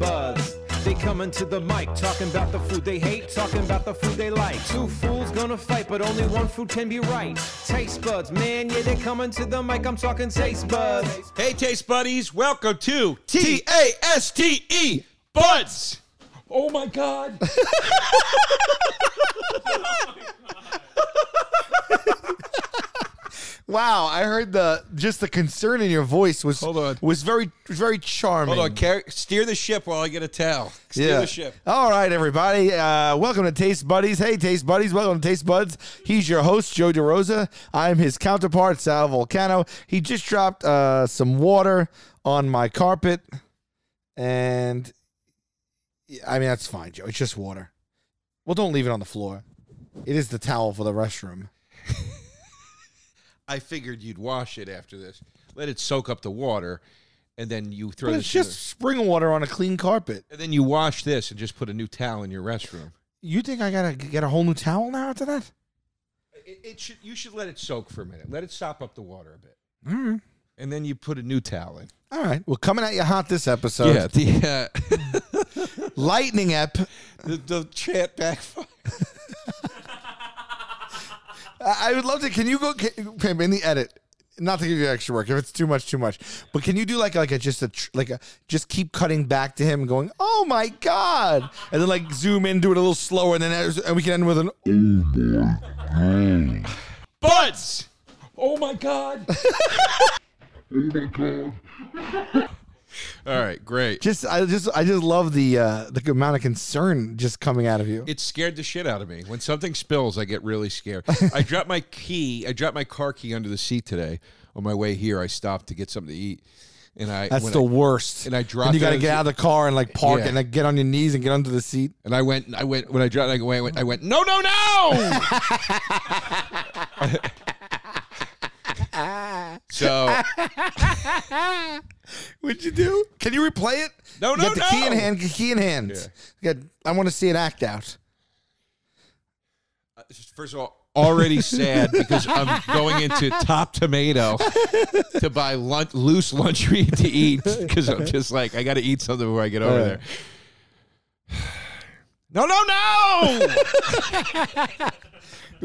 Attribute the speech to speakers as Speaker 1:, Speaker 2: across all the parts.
Speaker 1: buds. They coming to the mic, talking about the food they hate, talking about the food they like. Two fools gonna fight, but only one food can be right. Taste buds, man, yeah, they coming to the mic. I'm talking taste buds.
Speaker 2: Hey, taste buddies, welcome to T A S T E Buds. Oh my God.
Speaker 3: Wow, I heard the just the concern in your voice was
Speaker 2: Hold on.
Speaker 3: was very very charming.
Speaker 2: Hold on, car- steer the ship while I get a towel. Steer the ship.
Speaker 3: All right, everybody. Uh, welcome to Taste Buddies. Hey, Taste Buddies. Welcome to Taste Buds. He's your host, Joe DeRosa. I'm his counterpart, Sal Volcano. He just dropped uh, some water on my carpet. And yeah, I mean, that's fine, Joe. It's just water. Well, don't leave it on the floor. It is the towel for the restroom.
Speaker 2: I figured you'd wash it after this. Let it soak up the water, and then you throw
Speaker 3: But
Speaker 2: this.
Speaker 3: it's
Speaker 2: in
Speaker 3: just spring water on a clean carpet.
Speaker 2: the- and then you wash this and just put a new towel in your restroom.
Speaker 3: You think I gotta get a whole new towel now after that?
Speaker 2: It, it should. You should let it soak for a minute. Let it sop up the water a bit,
Speaker 3: All right.
Speaker 2: and then you put a new towel in.
Speaker 3: All right. Well, coming at you hot this episode.
Speaker 2: the uh,
Speaker 3: Lightning ep.
Speaker 2: the, the chant backfired.
Speaker 3: I I would love to. Can you go, can, Pim, in the edit? Not to give you extra work if it's too much, too much. But can you do like like a just a tr- like a just keep cutting back to him, and going, "Oh my god," and then like zoom in, do it a little slower, and then there's- and we can end with an.
Speaker 2: Buds. Oh my God. All right, great.
Speaker 3: Just I just I just love the uh the amount of concern just coming out of you.
Speaker 2: It scared the shit out of me. When something spills, I get really scared. I dropped my key. I dropped my car key under the seat today. On my way here, I stopped to get something to eat, and I
Speaker 3: That's
Speaker 2: when
Speaker 3: the
Speaker 2: I,
Speaker 3: worst.
Speaker 2: and I dropped
Speaker 3: And you got to
Speaker 2: those-
Speaker 3: get out of the car and like park
Speaker 2: Yeah.
Speaker 3: and like get on your knees and get under the seat.
Speaker 2: and I went. I went when I dropped. I went. I went. I went no, no, no. so
Speaker 3: What'd you do? Can you replay it?
Speaker 2: No, Oh,
Speaker 3: you
Speaker 2: no,
Speaker 3: got the key in
Speaker 2: no.
Speaker 3: hand. Key in hand. You got, I want to see it act out.
Speaker 2: first of all, already sad because I'm going into Top Tomato to buy lunch, loose lunch meat to eat because I'm just like I got to eat something before I get over
Speaker 3: Yeah.
Speaker 2: there. No, no, no!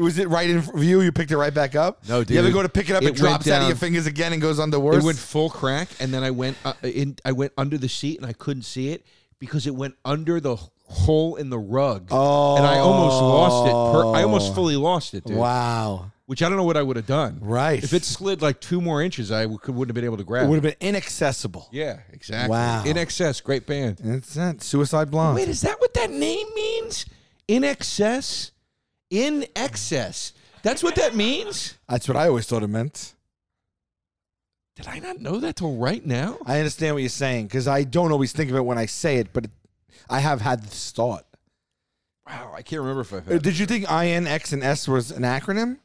Speaker 3: Was it right in view? You picked it right back up.
Speaker 2: No,
Speaker 3: You ever
Speaker 2: dude.
Speaker 3: go to pick it up?
Speaker 2: It
Speaker 3: It,
Speaker 2: went
Speaker 3: drops out
Speaker 2: down.
Speaker 3: of your fingers again and goes under worse.
Speaker 2: it went full crack, and then I went uh, in. I went under the seat, and I couldn't see it because it went under the hole in the rug.
Speaker 3: Oh.
Speaker 2: and I almost lost it. Per- I almost fully lost it, dude.
Speaker 3: wow.
Speaker 2: Which I don't know what I would have done.
Speaker 3: Right.
Speaker 2: If it slid like two more inches, I w- could, wouldn't have been able to
Speaker 3: It
Speaker 2: grab.
Speaker 3: would
Speaker 2: it.
Speaker 3: have been inaccessible.
Speaker 2: Yeah, exactly.
Speaker 3: Wow.
Speaker 2: In excess, great band.
Speaker 3: That's that. Suicide Blonde.
Speaker 2: Wait, is that what that name means? In excess, in excess. That's what that means.
Speaker 3: That's what I always thought it meant.
Speaker 2: Did I not know that till right now?
Speaker 3: I understand what you're saying because I don't always think of it when I say it, but it, I have had this thought.
Speaker 2: Wow, I can't remember if I.
Speaker 3: Uh, Did you think I N X and S was an acronym?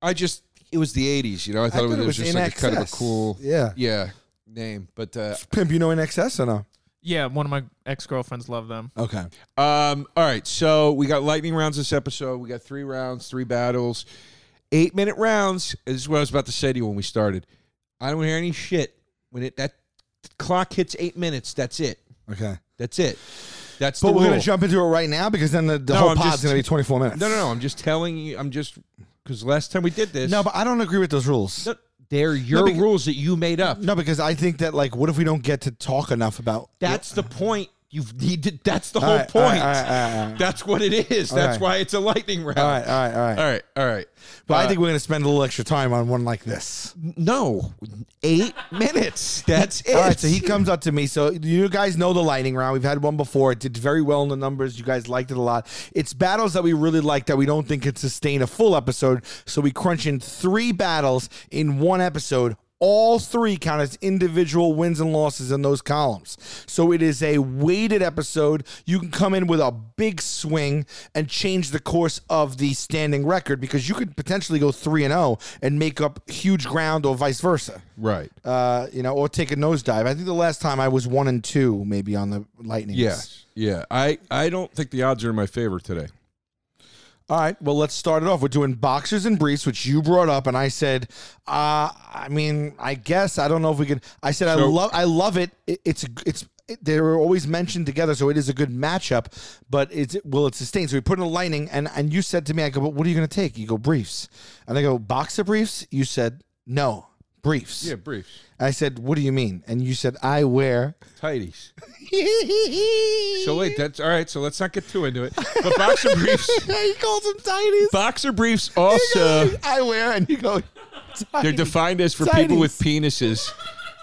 Speaker 2: I just it was the '80s, you know. I thought, it, was, just like a kind of a
Speaker 3: NXS.
Speaker 2: cool,
Speaker 3: Yeah.
Speaker 2: yeah, name. But uh,
Speaker 3: Pimp, you know in excess or no?
Speaker 4: Yeah, one of my ex girlfriends loved them.
Speaker 3: Okay.
Speaker 2: um, all right, so we got lightning rounds this episode. We got three rounds, three battles, eight minute rounds. This is what I was about to say to you when we started. I don't hear any shit when it that clock hits eight minutes. That's it.
Speaker 3: Okay.
Speaker 2: That's it. That's
Speaker 3: But
Speaker 2: the
Speaker 3: we're
Speaker 2: rule.
Speaker 3: gonna jump into it right now because then the, the
Speaker 2: No,
Speaker 3: whole
Speaker 2: I'm
Speaker 3: pod's
Speaker 2: just-
Speaker 3: gonna be twenty four minutes.
Speaker 2: No, no, no. I'm just telling you. I'm just because last time we did this.
Speaker 3: No, but I don't agree with those rules.
Speaker 2: No, they're your
Speaker 3: becau-
Speaker 2: rules that you made up.
Speaker 3: No, because I think that like, what if we don't get to talk enough about?
Speaker 2: That's the point. You've needed. That's the
Speaker 3: All
Speaker 2: whole
Speaker 3: right, all
Speaker 2: point.
Speaker 3: right, all right, all right.
Speaker 2: That's what it is. That's
Speaker 3: right.
Speaker 2: why it's a lightning round.
Speaker 3: All right, all right, all right.
Speaker 2: All right. All right.
Speaker 3: But I
Speaker 2: Uh,
Speaker 3: think we're gonna spend a little extra time on one like this.
Speaker 2: no, eight minutes. That's it.
Speaker 3: All right, so he comes up to me. So you guys know the lightning round. We've had one before. It did very well in the numbers. You guys liked it a lot. It's battles that we really like that we don't think could sustain a full episode. So we crunch in three battles in one episode. All three count as individual wins and losses in those columns. So it is a weighted episode. You can come in with a big swing and change the course of the standing record because you could potentially go 3 and 0 and make up huge ground or vice versa
Speaker 2: right.
Speaker 3: uh, you know, or take a nosedive. I think the last time I was one and two, maybe on the Lightning.
Speaker 2: Yes. Yeah. I I don't think the odds are in my favor today.
Speaker 3: All right. Well, let's start it off. We're doing boxers and briefs, which you brought up, and I said, uh, I mean, I guess I don't know if we could. I said I
Speaker 2: So-
Speaker 3: love, I love it. it. It's it's it- they were always mentioned together, so it is a good matchup. But it's will it sustain? So we put in a lightning, and and you said to me, I go, but what are you going to take? You go briefs, and I go boxer briefs. You said no briefs.
Speaker 2: Yeah, briefs,
Speaker 3: I said, what do you mean? And you said I wear.
Speaker 2: tighties. So wait, that's all right. So let's not get too into it. But boxer briefs,
Speaker 3: he calls them tighties.
Speaker 2: boxer briefs also
Speaker 3: I wear, and you go.
Speaker 2: they're
Speaker 3: "Tighties."
Speaker 2: defined as for people with penises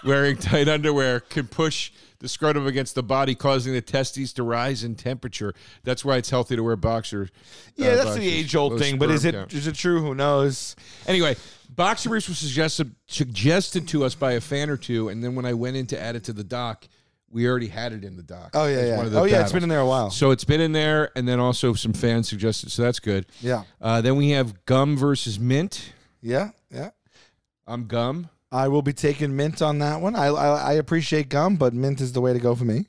Speaker 2: wearing tight underwear can push the scrotum against the body, causing the testes to rise in temperature. That's why it's healthy to wear boxer.
Speaker 3: Yeah,
Speaker 2: uh,
Speaker 3: that's
Speaker 2: boxers.
Speaker 3: the age old
Speaker 2: Low
Speaker 3: thing. But is
Speaker 2: sperm
Speaker 3: it
Speaker 2: count.
Speaker 3: is it true? Who knows?
Speaker 2: Anyway, boxer briefs was suggested suggested to us by a fan or two, and then when I went in to add it to the doc, we already had it in the doc.
Speaker 3: Oh yeah,
Speaker 2: As
Speaker 3: yeah.
Speaker 2: one
Speaker 3: Oh
Speaker 2: of the
Speaker 3: yeah, it's been
Speaker 2: battles.
Speaker 3: in there a while.
Speaker 2: So it's been in there, and then also some fans suggested, so that's good.
Speaker 3: Yeah,
Speaker 2: Uh, then we have gum versus mint.
Speaker 3: yeah, yeah.
Speaker 2: I'm gum.
Speaker 3: I will be taking mint on that one. I I, I appreciate gum, but mint is the way to go for me.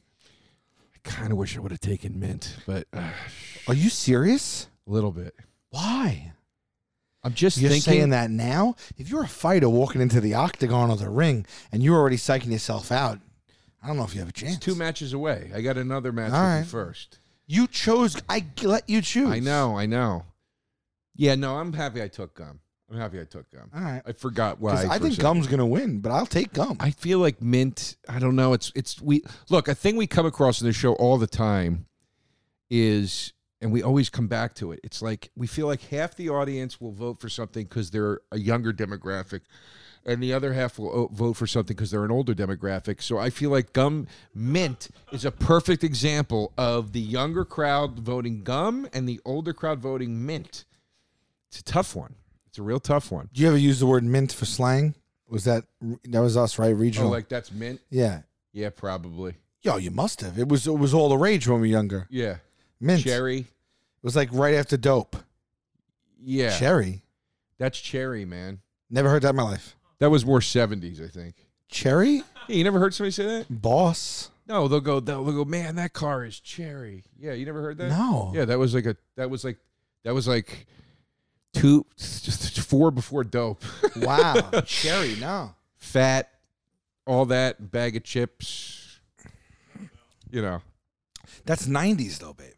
Speaker 2: I kind of wish I would have taken mint, but uh, a
Speaker 3: Are you serious?
Speaker 2: little bit.
Speaker 3: Why?
Speaker 2: I'm just
Speaker 3: You're
Speaker 2: thinking
Speaker 3: saying that now? If you're a fighter walking into the octagon or the ring and you're already psyching yourself out, I don't know if you have a chance.
Speaker 2: two matches away. I got another match
Speaker 3: All
Speaker 2: with
Speaker 3: right.
Speaker 2: you first.
Speaker 3: you chose. I g- let you choose.
Speaker 2: I know, I know. Yeah, no, I'm happy I took gum. I'm happy I took gum.
Speaker 3: All right.
Speaker 2: I forgot why.
Speaker 3: 'Cause I
Speaker 2: for a
Speaker 3: think
Speaker 2: second.
Speaker 3: gum's gonna win, but I'll take gum.
Speaker 2: I feel like mint. I don't know. It's it's we look. A thing we come across in this show all the time is, and we always come back to it. It's like we feel like half the audience will vote for something because they're a younger demographic, and the other half will o- vote for something because they're an older demographic. So I feel like gum mint is a perfect example of the younger crowd voting gum and the older crowd voting mint. It's a tough one. It's a real tough one.
Speaker 3: Do you ever use the word mint for slang? Was that that was us right?
Speaker 2: Oh,
Speaker 3: Regional.
Speaker 2: like that's mint.
Speaker 3: yeah.
Speaker 2: Yeah, probably.
Speaker 3: Yo, you must have. It was it was all the rage when we were younger.
Speaker 2: Yeah.
Speaker 3: Mint.
Speaker 2: Cherry.
Speaker 3: It was like right after dope.
Speaker 2: Yeah.
Speaker 3: Cherry.
Speaker 2: That's cherry, man.
Speaker 3: Never heard that in my life.
Speaker 2: That was more 70s, I think.
Speaker 3: Cherry?
Speaker 2: Yeah, you never heard somebody say that?
Speaker 3: Boss?
Speaker 2: No, they'll go they'll go, "Man, that car is cherry." Yeah, you never heard that?
Speaker 3: No.
Speaker 2: Yeah, that was like a that was like that was like two just four before dope.
Speaker 3: Wow. Cherry, no.
Speaker 2: Fat, all that bag of chips. You know.
Speaker 3: That's 90s though, babe.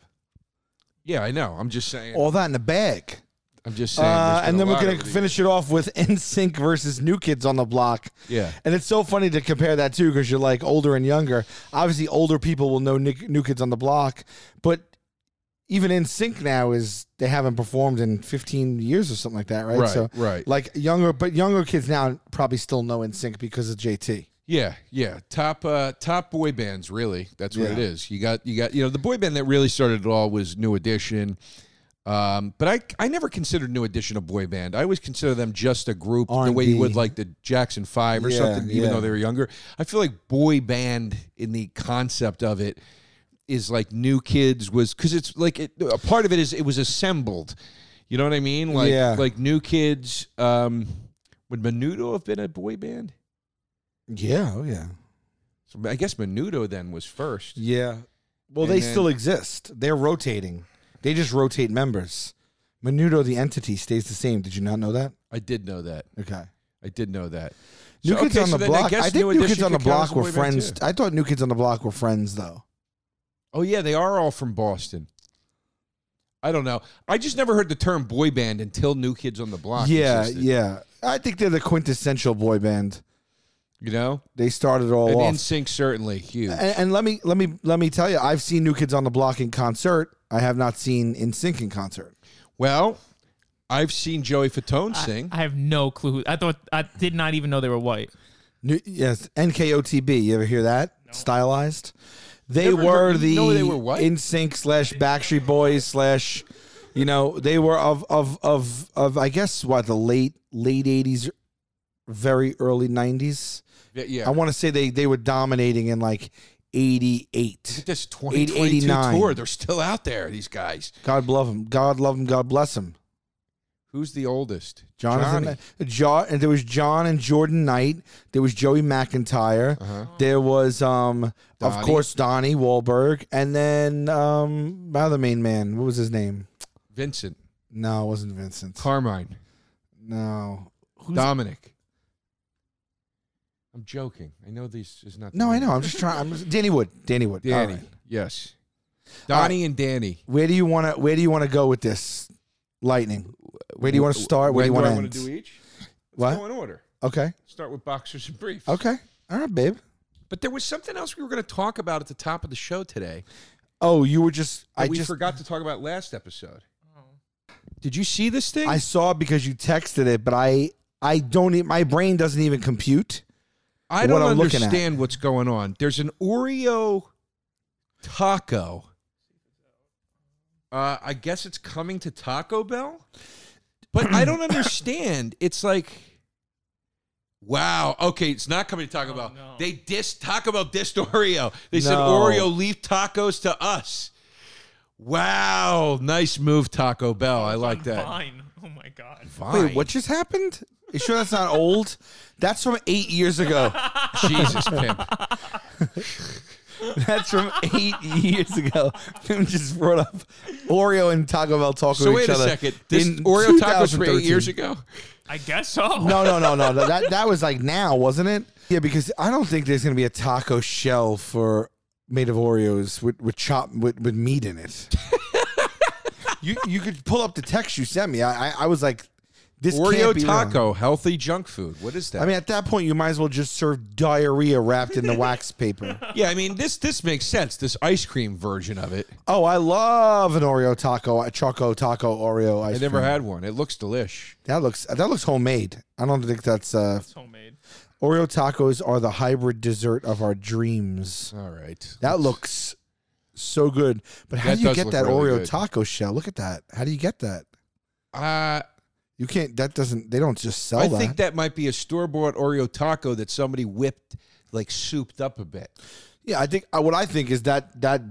Speaker 2: Yeah, I know. I'm just saying.
Speaker 3: All that in the bag.
Speaker 2: I'm just saying. there's
Speaker 3: Uh,
Speaker 2: been
Speaker 3: and
Speaker 2: a
Speaker 3: then we're
Speaker 2: lot
Speaker 3: going
Speaker 2: over
Speaker 3: to
Speaker 2: the
Speaker 3: finish it off with NSYNC versus New Kids on the Block.
Speaker 2: Yeah.
Speaker 3: And it's so funny to compare that too because you're like older and younger. Obviously, older people will know Nick- New Kids on the Block, but even NSYNC now is they haven't performed in 15 years or something like that, right?
Speaker 2: Right,
Speaker 3: so,
Speaker 2: right.
Speaker 3: Like younger, but younger kids now probably still know NSYNC because of JT.
Speaker 2: Yeah, yeah. Top uh top boy bands, really. That's what
Speaker 3: Yeah.
Speaker 2: it is. You got you got you know, the boy band that really started it all was New Edition. Um, but I I never considered New Edition a boy band. I always consider them just a group the way you
Speaker 3: R&B.
Speaker 2: would like the Jackson Five or
Speaker 3: Yeah,
Speaker 2: something, even
Speaker 3: yeah.
Speaker 2: though they were younger. I feel like boy band in the concept of it is like new kids was because it's like it, a part of it is it was assembled. You know what I mean? Like
Speaker 3: Yeah.
Speaker 2: like new kids. Um, would Menudo have been a boy band?
Speaker 3: Yeah, oh yeah,
Speaker 2: So I guess Menudo then was first.
Speaker 3: yeah. Well,
Speaker 2: And
Speaker 3: they
Speaker 2: then-
Speaker 3: still exist. They're rotating. They just rotate members. Menudo, the entity, stays the same. Did you not know that?
Speaker 2: I did know that.
Speaker 3: Okay.
Speaker 2: I did know that.
Speaker 3: New
Speaker 2: So-
Speaker 3: Kids
Speaker 2: okay,
Speaker 3: on
Speaker 2: so
Speaker 3: the
Speaker 2: then
Speaker 3: Block. I,
Speaker 2: guess
Speaker 3: think New
Speaker 2: Edition
Speaker 3: Kids on the
Speaker 2: could count as
Speaker 3: Block
Speaker 2: a
Speaker 3: were
Speaker 2: boy band,
Speaker 3: friends.
Speaker 2: too.
Speaker 3: I thought New Kids on the Block were friends though.
Speaker 2: Oh yeah, they are all from Boston. I don't know. I just never heard the term boy band until New Kids on the Block.
Speaker 3: yeah,
Speaker 2: existed,
Speaker 3: yeah. I think they're the quintessential boy band.
Speaker 2: You know,
Speaker 3: They started it all
Speaker 2: and
Speaker 3: off.
Speaker 2: NSYNC certainly huge.
Speaker 3: Oh, and, and let me let me let me tell you, I've seen New Kids on the Block in concert. I have not seen In Sync in concert.
Speaker 2: Well, I've seen Joey Fatone sing.
Speaker 4: I have no clue. Who, I thought I did not even know they were white.
Speaker 3: New, yes, NKOTB. You ever hear that? Stylized. They
Speaker 2: Never
Speaker 3: were
Speaker 2: heard-
Speaker 3: the
Speaker 2: no, they were what?
Speaker 3: In Sync slash Backstreet Boys slash, you know, they were of of of of I guess what the late late eighties, very early nineties.
Speaker 2: yeah, yeah.
Speaker 3: I want to say they they were dominating in like eighty eight.
Speaker 2: this 2022
Speaker 3: 89.
Speaker 2: tour. They're still out there. These guys.
Speaker 3: God love them. God love them. God bless them.
Speaker 2: Who's the oldest?
Speaker 3: Jonathan,
Speaker 2: Johnny.
Speaker 3: John, and there was John and Jordan Knight. There was Joey McIntyre.
Speaker 2: Uh-huh.
Speaker 3: There was, um, of
Speaker 2: Donnie.
Speaker 3: course, Donnie Wahlberg, and then um, my other main man. What was his name?
Speaker 2: Vincent,
Speaker 3: No, it wasn't Vincent.
Speaker 2: Carmine,
Speaker 3: no,
Speaker 2: Dominic. I'm joking. I know this is not. the
Speaker 3: No, I
Speaker 2: name.
Speaker 3: know. I'm just trying. I'm just, Danny Wood. Danny Wood. All
Speaker 2: Danny.
Speaker 3: right.
Speaker 2: Yes. Donnie and Danny.
Speaker 3: Where do you want to? Where do you want to go with this? Lightning. Where do you want to start?
Speaker 2: When
Speaker 3: Where do you want
Speaker 2: I
Speaker 3: to
Speaker 2: wanna
Speaker 3: end?
Speaker 2: do each? Let's
Speaker 3: What?
Speaker 2: Go in order.
Speaker 3: Okay.
Speaker 2: Start with boxers and briefs.
Speaker 3: Okay. All right, babe.
Speaker 2: But there was something else we were going to talk about at the top of the show today.
Speaker 3: Oh, you were just.
Speaker 2: that
Speaker 3: I
Speaker 2: we
Speaker 3: just.
Speaker 2: forgot to talk about last episode. Did you see this thing?
Speaker 3: I saw it because you texted it, but I. I don't. e- My brain doesn't even compute.
Speaker 2: I don't
Speaker 3: what I'm looking at.
Speaker 2: understand what's going on. There's an Oreo taco. Uh, I guess it's coming to Taco Bell, but I don't understand. It's like, wow, okay, it's not coming to Taco Bell.
Speaker 4: Oh, no.
Speaker 2: They dissed Taco Bell dissed Oreo. They said
Speaker 3: No.
Speaker 2: Oreo leaf tacos to us. Wow, nice move, Taco Bell. I like that.
Speaker 4: Fine. Oh my god.
Speaker 3: Wait, what just happened? You sure that's not old? That's from eight years ago.
Speaker 2: Jesus, pimp.
Speaker 3: That's from eight years ago. Pim just brought up Oreo and Taco Bell talking
Speaker 2: So
Speaker 3: to
Speaker 2: wait
Speaker 3: each
Speaker 2: a
Speaker 3: other.
Speaker 2: second. This
Speaker 3: in
Speaker 2: Oreo tacos from eight
Speaker 3: 2013.
Speaker 2: years ago.
Speaker 4: I guess so.
Speaker 3: No, no, no, no. That that was like now, wasn't it? Yeah, because I don't think there's gonna be a taco shell for made of Oreos with with chop with, with meat in it. you you could pull up the text you sent me. I I, I was like, this can't
Speaker 2: Oreo
Speaker 3: be
Speaker 2: taco,
Speaker 3: real.
Speaker 2: healthy junk food. What is that?
Speaker 3: I mean, at that point, you might as well just serve diarrhea wrapped in the wax paper.
Speaker 2: yeah, I mean this this makes sense. This ice cream version of it.
Speaker 3: Oh, I love an Oreo taco, a choco taco Oreo ice
Speaker 2: I never
Speaker 3: cream.
Speaker 2: had one. It looks delish.
Speaker 3: That looks that looks homemade. I don't think that's uh,
Speaker 4: It's homemade.
Speaker 3: Oreo tacos are the hybrid dessert of our dreams.
Speaker 2: All right.
Speaker 3: That looks so good. But how
Speaker 2: That
Speaker 3: do you
Speaker 2: does
Speaker 3: get
Speaker 2: look
Speaker 3: that
Speaker 2: really
Speaker 3: Oreo
Speaker 2: good.
Speaker 3: taco shell? Look at that. How do you get that?
Speaker 2: Uh,
Speaker 3: You can't. That doesn't. They don't just sell
Speaker 2: I
Speaker 3: that.
Speaker 2: think that might be a store bought Oreo taco that somebody whipped like souped up a bit.
Speaker 3: Yeah, I think uh, what I think is that that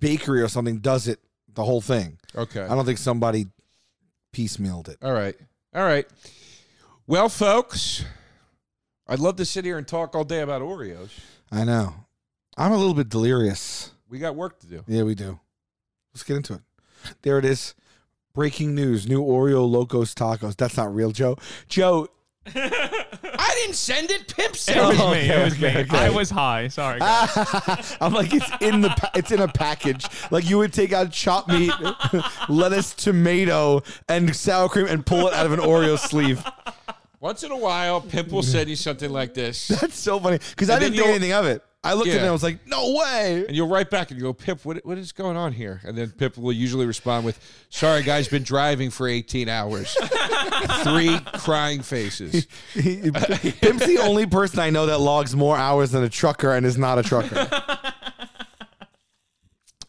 Speaker 3: bakery or something does it the whole thing.
Speaker 2: Okay.
Speaker 3: I don't think somebody piecemealed it.
Speaker 2: All right. All right. Well, folks, I'd love to sit here and talk all day about Oreos.
Speaker 3: I know. I'm a little bit delirious.
Speaker 2: We got work to do.
Speaker 3: Yeah, we do. Let's get into it. There it is. Breaking news: New Oreo Locos Tacos. That's not real, Joe. Joe,
Speaker 2: I didn't send it. Pimp
Speaker 4: It
Speaker 2: sent
Speaker 4: was
Speaker 2: it.
Speaker 3: Oh,
Speaker 4: me.
Speaker 3: okay,
Speaker 4: It was me.
Speaker 3: okay, okay. Ah.
Speaker 4: I was high. Sorry. guys.
Speaker 3: I'm like it's in the pa- it's in a package. Like you would take out chopped meat, lettuce, tomato, and sour cream, and pull it out of an Oreo sleeve.
Speaker 2: Once in a while, Pimp will send you something like this.
Speaker 3: That's so funny because I
Speaker 2: And then
Speaker 3: didn't think
Speaker 2: you'll-
Speaker 3: anything of it. I looked at it
Speaker 2: Yeah.
Speaker 3: and I was like, no way.
Speaker 2: And you'll write back and you go, Pip, what, what is going on here? And then Pip will usually respond with, Sorry, guys, been driving for 18 hours. Three crying faces.
Speaker 3: Pim's the only person I know that logs more hours than a trucker and is not a trucker.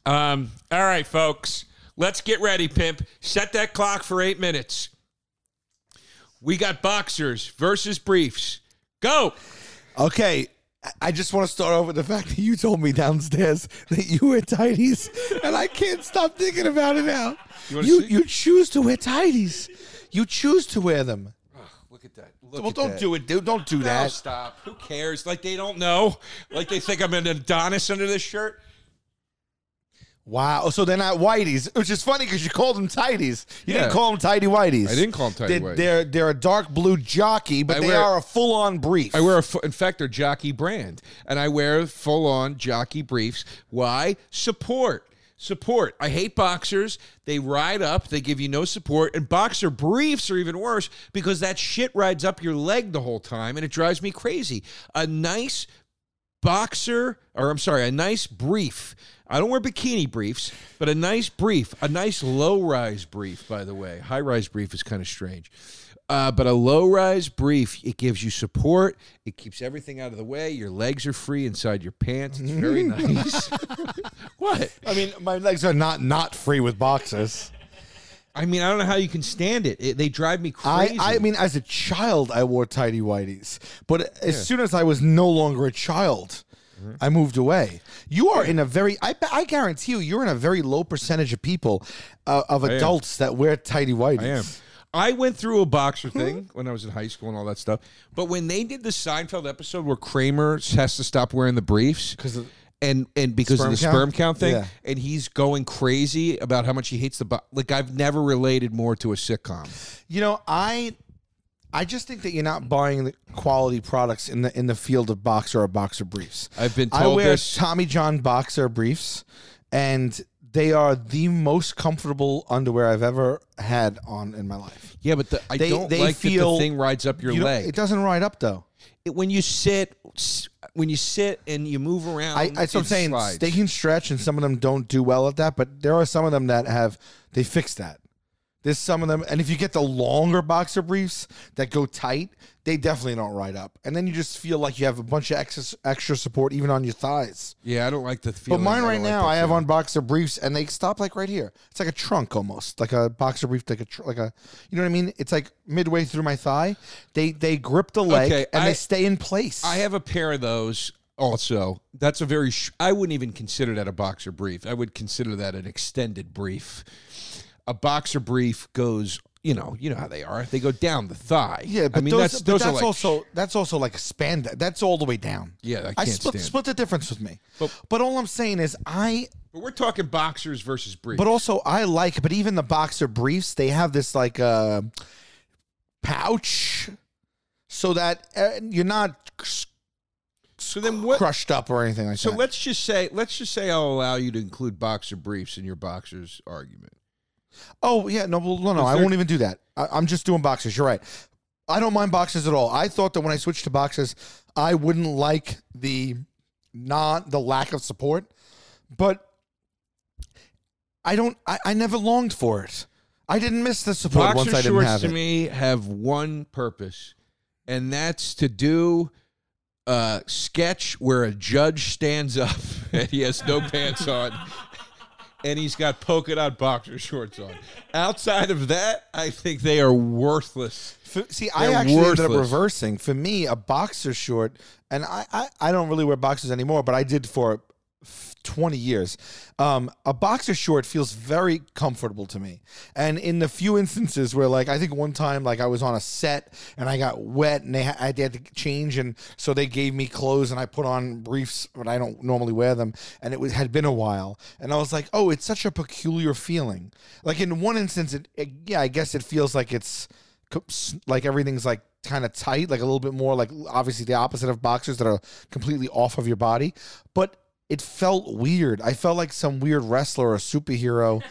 Speaker 2: Um, all right, folks, let's get ready, Pimp. Set that clock for eight minutes. We got boxers versus briefs. Go.
Speaker 3: Okay. I- I just want to start off with the fact that you told me downstairs that you wear tidies, and I can't stop thinking about it now.
Speaker 2: You
Speaker 3: You
Speaker 2: wanna
Speaker 3: you,
Speaker 2: see?
Speaker 3: choose to wear tidies. You choose to wear them.
Speaker 2: Look at that. Look
Speaker 3: well, don't do it, dude. Don't do
Speaker 2: No,
Speaker 3: that.
Speaker 2: stop. Who cares? Like they don't know. Like they think I'm an Adonis under this shirt.
Speaker 3: Wow. Oh, So they're not whiteys, which is funny because you called them tidies. You
Speaker 2: Yeah.
Speaker 3: didn't call them tidy whiteys.
Speaker 2: I didn't call 'em tidy
Speaker 3: They're
Speaker 2: whities.
Speaker 3: they're, they're a dark blue jockey, but
Speaker 2: I
Speaker 3: they
Speaker 2: wear-
Speaker 3: are a full on brief.
Speaker 2: I wear a, fu- in fact, they're jockey brand, and I wear full on jockey briefs. Why? Support. Support. I hate boxers. They ride up, they give you no support, and boxer briefs are even worse because that shit rides up your leg the whole time and it drives me crazy. A nice boxer, or I'm sorry, a nice brief. I don't wear bikini briefs, but a nice brief, a nice low rise brief, by the way. High rise brief is kind of strange. Uh, but a low rise brief, it gives you support. It keeps everything out of the way. Your legs are free inside your pants. It's very nice. what?
Speaker 3: I mean, my legs are not not free with boxers.
Speaker 2: I mean, I don't know how you can stand it. It- they drive me
Speaker 3: I,
Speaker 2: crazy.
Speaker 3: I mean, as a child, I wore tidy whities, but as soon as I was no longer a child,
Speaker 2: Mm-hmm.
Speaker 3: I moved away. You are in a very, I, bet- I guarantee you, you're in a very low percentage of people, uh, of adults that wear tidy whities.
Speaker 2: I am. I went through a boxer thing when I was in high school and all that stuff. But when they did the Seinfeld episode where Kramer has to stop wearing the briefs because and and because of
Speaker 3: Sperm
Speaker 2: the
Speaker 3: count?
Speaker 2: sperm count thing,
Speaker 3: Yeah.
Speaker 2: and he's going crazy about how much he hates the bo- like I've never related more to a sitcom.
Speaker 3: You know, I I just think that you're not buying the quality products in the in the field of boxer or boxer briefs.
Speaker 2: I've been
Speaker 3: I
Speaker 2: told
Speaker 3: wear
Speaker 2: this.
Speaker 3: Tommy John boxer briefs, and they are the most comfortable underwear I've ever had on in my life.
Speaker 2: Yeah, but the, I
Speaker 3: They-
Speaker 2: don't
Speaker 3: they
Speaker 2: like that
Speaker 3: feel-
Speaker 2: the thing rides up your
Speaker 3: You don't-
Speaker 2: leg.
Speaker 3: It doesn't ride up though.
Speaker 2: It- when you sit, s- when you sit and you move around,
Speaker 3: I, that's what I'm
Speaker 2: it
Speaker 3: saying.
Speaker 2: slides.
Speaker 3: They can stretch, and some of them don't do well at that. But there are some of them that have they fixed that. There's some of them, and if you get the longer boxer briefs that go tight, they definitely don't ride up, and then you just feel like you have a bunch of extra extra support even on your thighs.
Speaker 2: yeah, I don't like the
Speaker 3: But
Speaker 2: feeling.
Speaker 3: mine
Speaker 2: don't
Speaker 3: right
Speaker 2: like
Speaker 3: now,
Speaker 2: the
Speaker 3: I have
Speaker 2: feeling.
Speaker 3: on boxer briefs, and they stop like right here. It's like a trunk almost, like a boxer brief, like a tr- like a you know what I mean? It's like midway through my thigh. They they grip the leg
Speaker 2: Okay,
Speaker 3: and
Speaker 2: I-
Speaker 3: they stay in place.
Speaker 2: I have a pair of those. Also, that's a very. Sh- I wouldn't even consider that a boxer brief. I would consider that an extended brief. A boxer brief goes. You know, you know how they are. They go down the thigh.
Speaker 3: Yeah, but
Speaker 2: I mean
Speaker 3: those,
Speaker 2: that's
Speaker 3: but
Speaker 2: those
Speaker 3: that's
Speaker 2: are like
Speaker 3: also that's also like a spandex. That's all the way down.
Speaker 2: Yeah, I
Speaker 3: I
Speaker 2: can't
Speaker 3: split
Speaker 2: stand-
Speaker 3: split the difference with me.
Speaker 2: But-
Speaker 3: But, all I'm saying is I.
Speaker 2: But we're talking boxers versus briefs.
Speaker 3: But also I like. But even the boxer briefs, they have this like uh, pouch, so that uh, you're not c-
Speaker 2: so then what?
Speaker 3: crushed up or anything like
Speaker 2: So
Speaker 3: that.
Speaker 2: let's just say, let's just say I'll allow you to include boxer briefs in your boxers argument.
Speaker 3: oh yeah, no, well, no, no. I
Speaker 2: there-
Speaker 3: won't even do that. I, I'm just doing boxers. You're right. I don't mind boxers at all. I thought that when I switched to boxers, I wouldn't like the non the lack of support, but I don't. I, I never longed for it. I didn't miss the support
Speaker 2: Boxer
Speaker 3: once I didn't
Speaker 2: shorts
Speaker 3: have
Speaker 2: to
Speaker 3: it.
Speaker 2: me have one purpose, and that's to do a sketch where a judge stands up and he has no pants on, and he's got polka dot boxer shorts on. Outside of that, I think they are worthless.
Speaker 3: For- see, I
Speaker 2: They're
Speaker 3: actually ended
Speaker 2: worthless.
Speaker 3: up reversing. For me, a boxer short, and I, I, I don't really wear boxers anymore, but I did for f- 20 years. Um, a boxer short feels very comfortable to me. And in the few instances where, like, I think one time, like, I was on a set and I got wet and they, ha- I, they had to change, and so they gave me clothes and I put on briefs, but I don't normally wear them. And it was, had been a while. And I was like, oh, it's such a peculiar feeling. Like, in one instance, it, it yeah, I guess it feels like it's co- s- like everything's like kind of tight, like a little bit more like obviously the opposite of boxers that are completely off of your body. But it felt weird. I felt like some weird wrestler or superhero,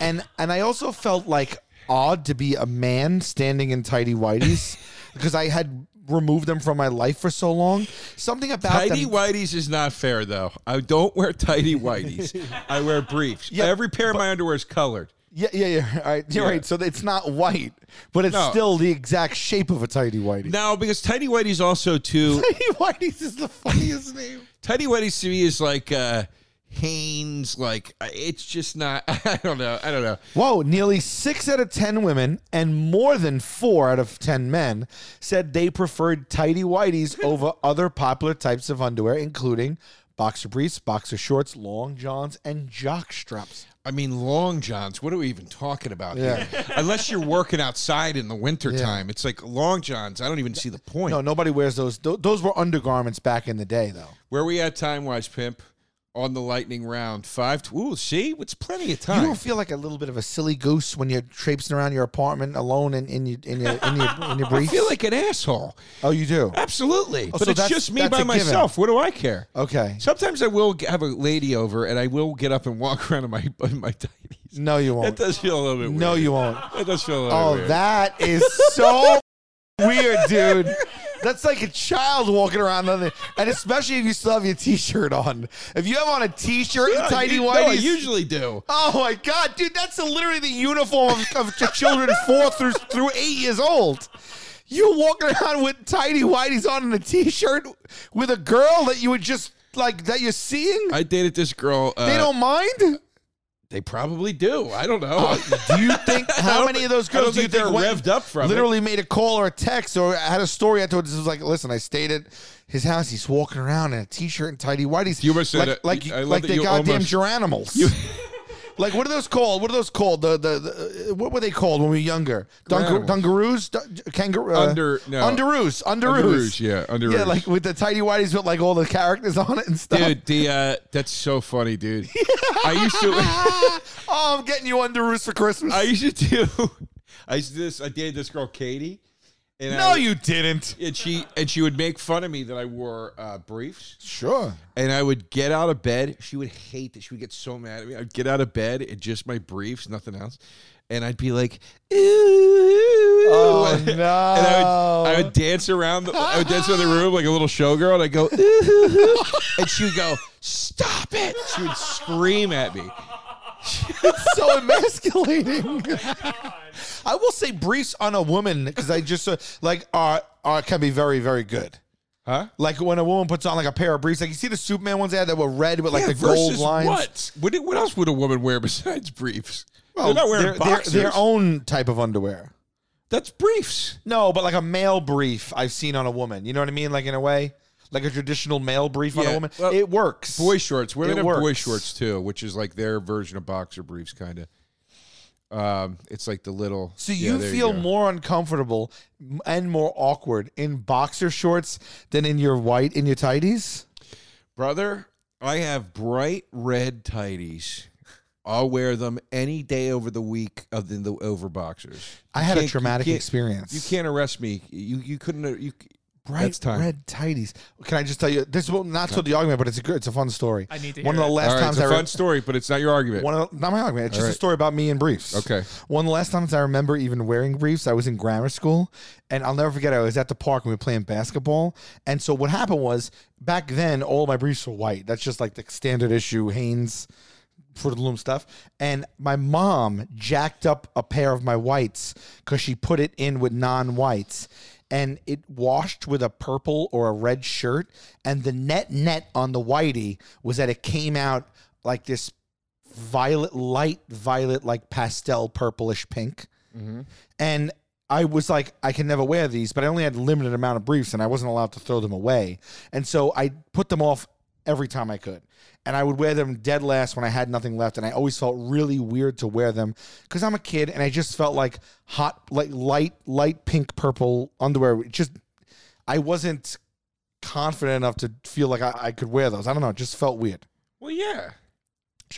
Speaker 3: and and I also felt like odd to be a man standing in tidy whities because I had removed them from my life for so long. Something about
Speaker 2: Tidy
Speaker 3: them.
Speaker 2: whities is not fair though. I don't wear tidy whities. I wear briefs.
Speaker 3: Yeah,
Speaker 2: Every pair of my underwear is colored.
Speaker 3: Yeah, yeah, yeah. All right, you're
Speaker 2: Yeah.
Speaker 3: right. So it's not white, but it's
Speaker 2: No.
Speaker 3: still the exact shape of a tidy whitey.
Speaker 2: No, because tidy whities also too.
Speaker 3: Tidy whities is the funniest name.
Speaker 2: Tidy Whities to me is like uh Haynes, like uh, it's just not I don't know. I don't know.
Speaker 3: Whoa, nearly six out of 10 women and more than four out of 10 men said they preferred tidy whities over other popular types of underwear, including boxer briefs, boxer shorts, long johns, and jock straps.
Speaker 2: I mean long johns, what are we even talking about
Speaker 3: Yeah.
Speaker 2: here? Unless you're working outside in the wintertime. It's like long johns. I don't even see the point.
Speaker 3: No, nobody wears those. Tho- Those were undergarments back in the day, though.
Speaker 2: Where we at time wise, pimp? On the lightning round. Five to, ooh, see? It's plenty of
Speaker 3: You
Speaker 2: time.
Speaker 3: don't feel like a little bit of a silly goose when you're traipsing around your apartment alone in, in, your, in, your, in, your, in your
Speaker 2: I
Speaker 3: briefs?
Speaker 2: feel like an asshole.
Speaker 3: oh, you do?
Speaker 2: Absolutely. but
Speaker 3: Oh, so
Speaker 2: it's
Speaker 3: that's-
Speaker 2: just me
Speaker 3: that's
Speaker 2: by
Speaker 3: a given.
Speaker 2: myself. What do I care?
Speaker 3: Okay.
Speaker 2: Sometimes I will g- have a lady over and I will get up and walk around in my in my tighties.
Speaker 3: No, you
Speaker 2: That
Speaker 3: won't.
Speaker 2: does feel a little bit weird.
Speaker 3: Oh. No, you won't.
Speaker 2: That does feel a little
Speaker 3: Oh,
Speaker 2: weird.
Speaker 3: that is so weird, dude. That's like a child walking around, on the, and especially if you still have your T-shirt on. If you have on a T-shirt and
Speaker 2: Yeah,
Speaker 3: tidy
Speaker 2: you- no, I
Speaker 3: whities,
Speaker 2: usually do.
Speaker 3: oh my god, dude, that's literally the uniform of, of children four through through eight years old. You walking around with tidy whities on and a T-shirt with a girl that you would just like that you're seeing.
Speaker 2: I dated this girl. Uh,
Speaker 3: they don't mind.
Speaker 2: They probably do. I don't know.
Speaker 3: Oh, Do you think
Speaker 2: I
Speaker 3: how
Speaker 2: don't
Speaker 3: many
Speaker 2: thi-
Speaker 3: of those
Speaker 2: I don't
Speaker 3: girls do you
Speaker 2: think
Speaker 3: think
Speaker 2: they're
Speaker 3: went-
Speaker 2: revved up from it?
Speaker 3: literally made a call or a text or had a story afterwards? It was like, listen, I stayed at his house. He's walking around in a t-shirt and tidy whities.
Speaker 2: You almost said
Speaker 3: like
Speaker 2: that-
Speaker 3: like,
Speaker 2: I love
Speaker 3: like
Speaker 2: that
Speaker 3: they
Speaker 2: you
Speaker 3: goddamn
Speaker 2: almost-
Speaker 3: geranimals. like what are those called? What are those called? The the, the- uh, what were they called when we were younger? Dungar-
Speaker 2: Geranimals.
Speaker 3: dungaroos, Dun- kangaroo, uh,
Speaker 2: Under- no.
Speaker 3: underoos, underoos,
Speaker 2: Underoos, yeah,
Speaker 3: yeah,
Speaker 2: underoos.
Speaker 3: like with the tidy whities with like all the characters on it and stuff.
Speaker 2: dude, the uh, that's so funny, dude. I used to.
Speaker 3: Ah, oh, I'm getting you underoos for Christmas.
Speaker 2: I used to do. I used to do this. I dated this girl, Katie, And
Speaker 3: No,
Speaker 2: I,
Speaker 3: you didn't.
Speaker 2: and she and she would make fun of me that I wore uh, briefs.
Speaker 3: Sure.
Speaker 2: And I would get out of bed. She would hate that. She would get so mad at me. I'd get out of bed and just my briefs, nothing else. And I'd be like, ooh. ooh, ooh."
Speaker 3: Oh,
Speaker 2: And I would, I
Speaker 3: no.
Speaker 2: would dance around. The, I would dance around the room like a little showgirl. And I'd go, ooh, ooh, ooh." and she would go, stop it. She would scream at me.
Speaker 3: so emasculating. I will say briefs on a woman because I just uh, like are are can be very very good.
Speaker 2: Huh?
Speaker 3: Like when a woman puts on like a pair of briefs, like you see the Superman ones they had that were red with like
Speaker 2: Yeah,
Speaker 3: the gold
Speaker 2: versus
Speaker 3: lines.
Speaker 2: What? what? did- What else would a woman wear besides briefs?
Speaker 3: Well,
Speaker 2: they're not wearing
Speaker 3: their- their-
Speaker 2: boxers.
Speaker 3: their own type of underwear.
Speaker 2: That's briefs.
Speaker 3: No, but like a male brief I've seen on a woman. You know what I mean? Like in a way, like a traditional male brief on a
Speaker 2: Yeah,
Speaker 3: woman.
Speaker 2: well,
Speaker 3: it works.
Speaker 2: Boy shorts. Women
Speaker 3: It
Speaker 2: have boy
Speaker 3: works.
Speaker 2: shorts too, which is like their version of boxer briefs, kind of. Um, it's like the little.
Speaker 3: So
Speaker 2: yeah,
Speaker 3: you
Speaker 2: there
Speaker 3: feel
Speaker 2: go.
Speaker 3: more uncomfortable m- and more awkward in boxer shorts than in your white in your tighties?
Speaker 2: brother. I have bright red tighties. I'll wear them any day over the week of the, the over boxers.
Speaker 3: I
Speaker 2: You
Speaker 3: had a
Speaker 2: can't- you
Speaker 3: traumatic
Speaker 2: can't-
Speaker 3: experience.
Speaker 2: You can't arrest me. You you couldn't. uh, You
Speaker 3: bright
Speaker 2: That's time.
Speaker 3: red tighties. Can I just tell you this? Will not to the argument, but it's a good. It's a fun story.
Speaker 4: I need to
Speaker 3: One
Speaker 4: hear
Speaker 3: of the
Speaker 4: it.
Speaker 2: All
Speaker 3: last
Speaker 2: right,
Speaker 3: times
Speaker 2: it's a
Speaker 3: I
Speaker 2: fun
Speaker 3: re-
Speaker 2: story, but it's not your argument.
Speaker 3: One of the, not my argument. It's just
Speaker 2: right.
Speaker 3: a story about me and briefs.
Speaker 2: Okay.
Speaker 3: One of the last times I remember even wearing briefs, I was in grammar school, and I'll never forget. I was at the park and we were playing basketball, and so what happened was back then all my briefs were white. That's just like the standard issue Hanes. For the loom stuff, and my mom jacked up a pair of my whites because she put it in with non-whites, and it washed with a purple or a red shirt, and the net net on the whitey was that it came out like this violet, light violet, like pastel purplish pink. And I was like, I can never wear these, but I only had a limited amount of briefs and I wasn't allowed to throw them away. And so I put them off every time I could. And I would wear them dead last when I had nothing left. And I always felt really weird to wear them because I'm a kid and I just felt like hot, like light, light pink, purple underwear. It just, I wasn't confident enough to feel like I, I could wear those. I don't know. It just felt weird.
Speaker 2: well, yeah.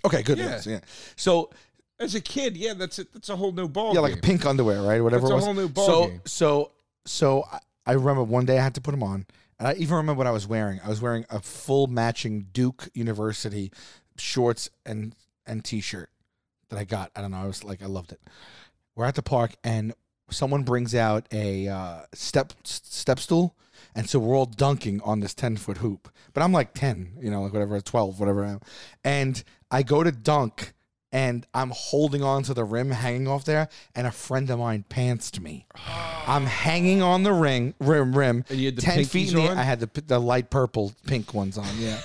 Speaker 3: Okay, good.
Speaker 2: Yeah.
Speaker 3: news, yeah. So
Speaker 2: As a kid, yeah, that's a, that's a whole new ball.
Speaker 3: yeah, like pink underwear, right? Whatever
Speaker 2: That's
Speaker 3: it
Speaker 2: a
Speaker 3: was.
Speaker 2: whole new
Speaker 3: so,
Speaker 2: ballgame.
Speaker 3: so, so I- I remember one day I had to put them on, and I even remember what I was wearing. I was wearing a full matching Duke University shorts and and t-shirt that I got. I don't know. I was like, I loved it. We're at the park, and someone brings out a uh, step s- step stool, and so we're all dunking on this ten foot hoop. But I'm like ten, you know, like whatever, twelve, whatever. I am. And I go to dunk, and I'm holding on to the rim, hanging off there, and a friend of mine pantsed me. I'm hanging on the ring rim rim,
Speaker 2: And you had the
Speaker 3: ten
Speaker 2: pinkies
Speaker 3: feet in the
Speaker 2: on?
Speaker 3: I had the p- the light purple pink ones on, yeah.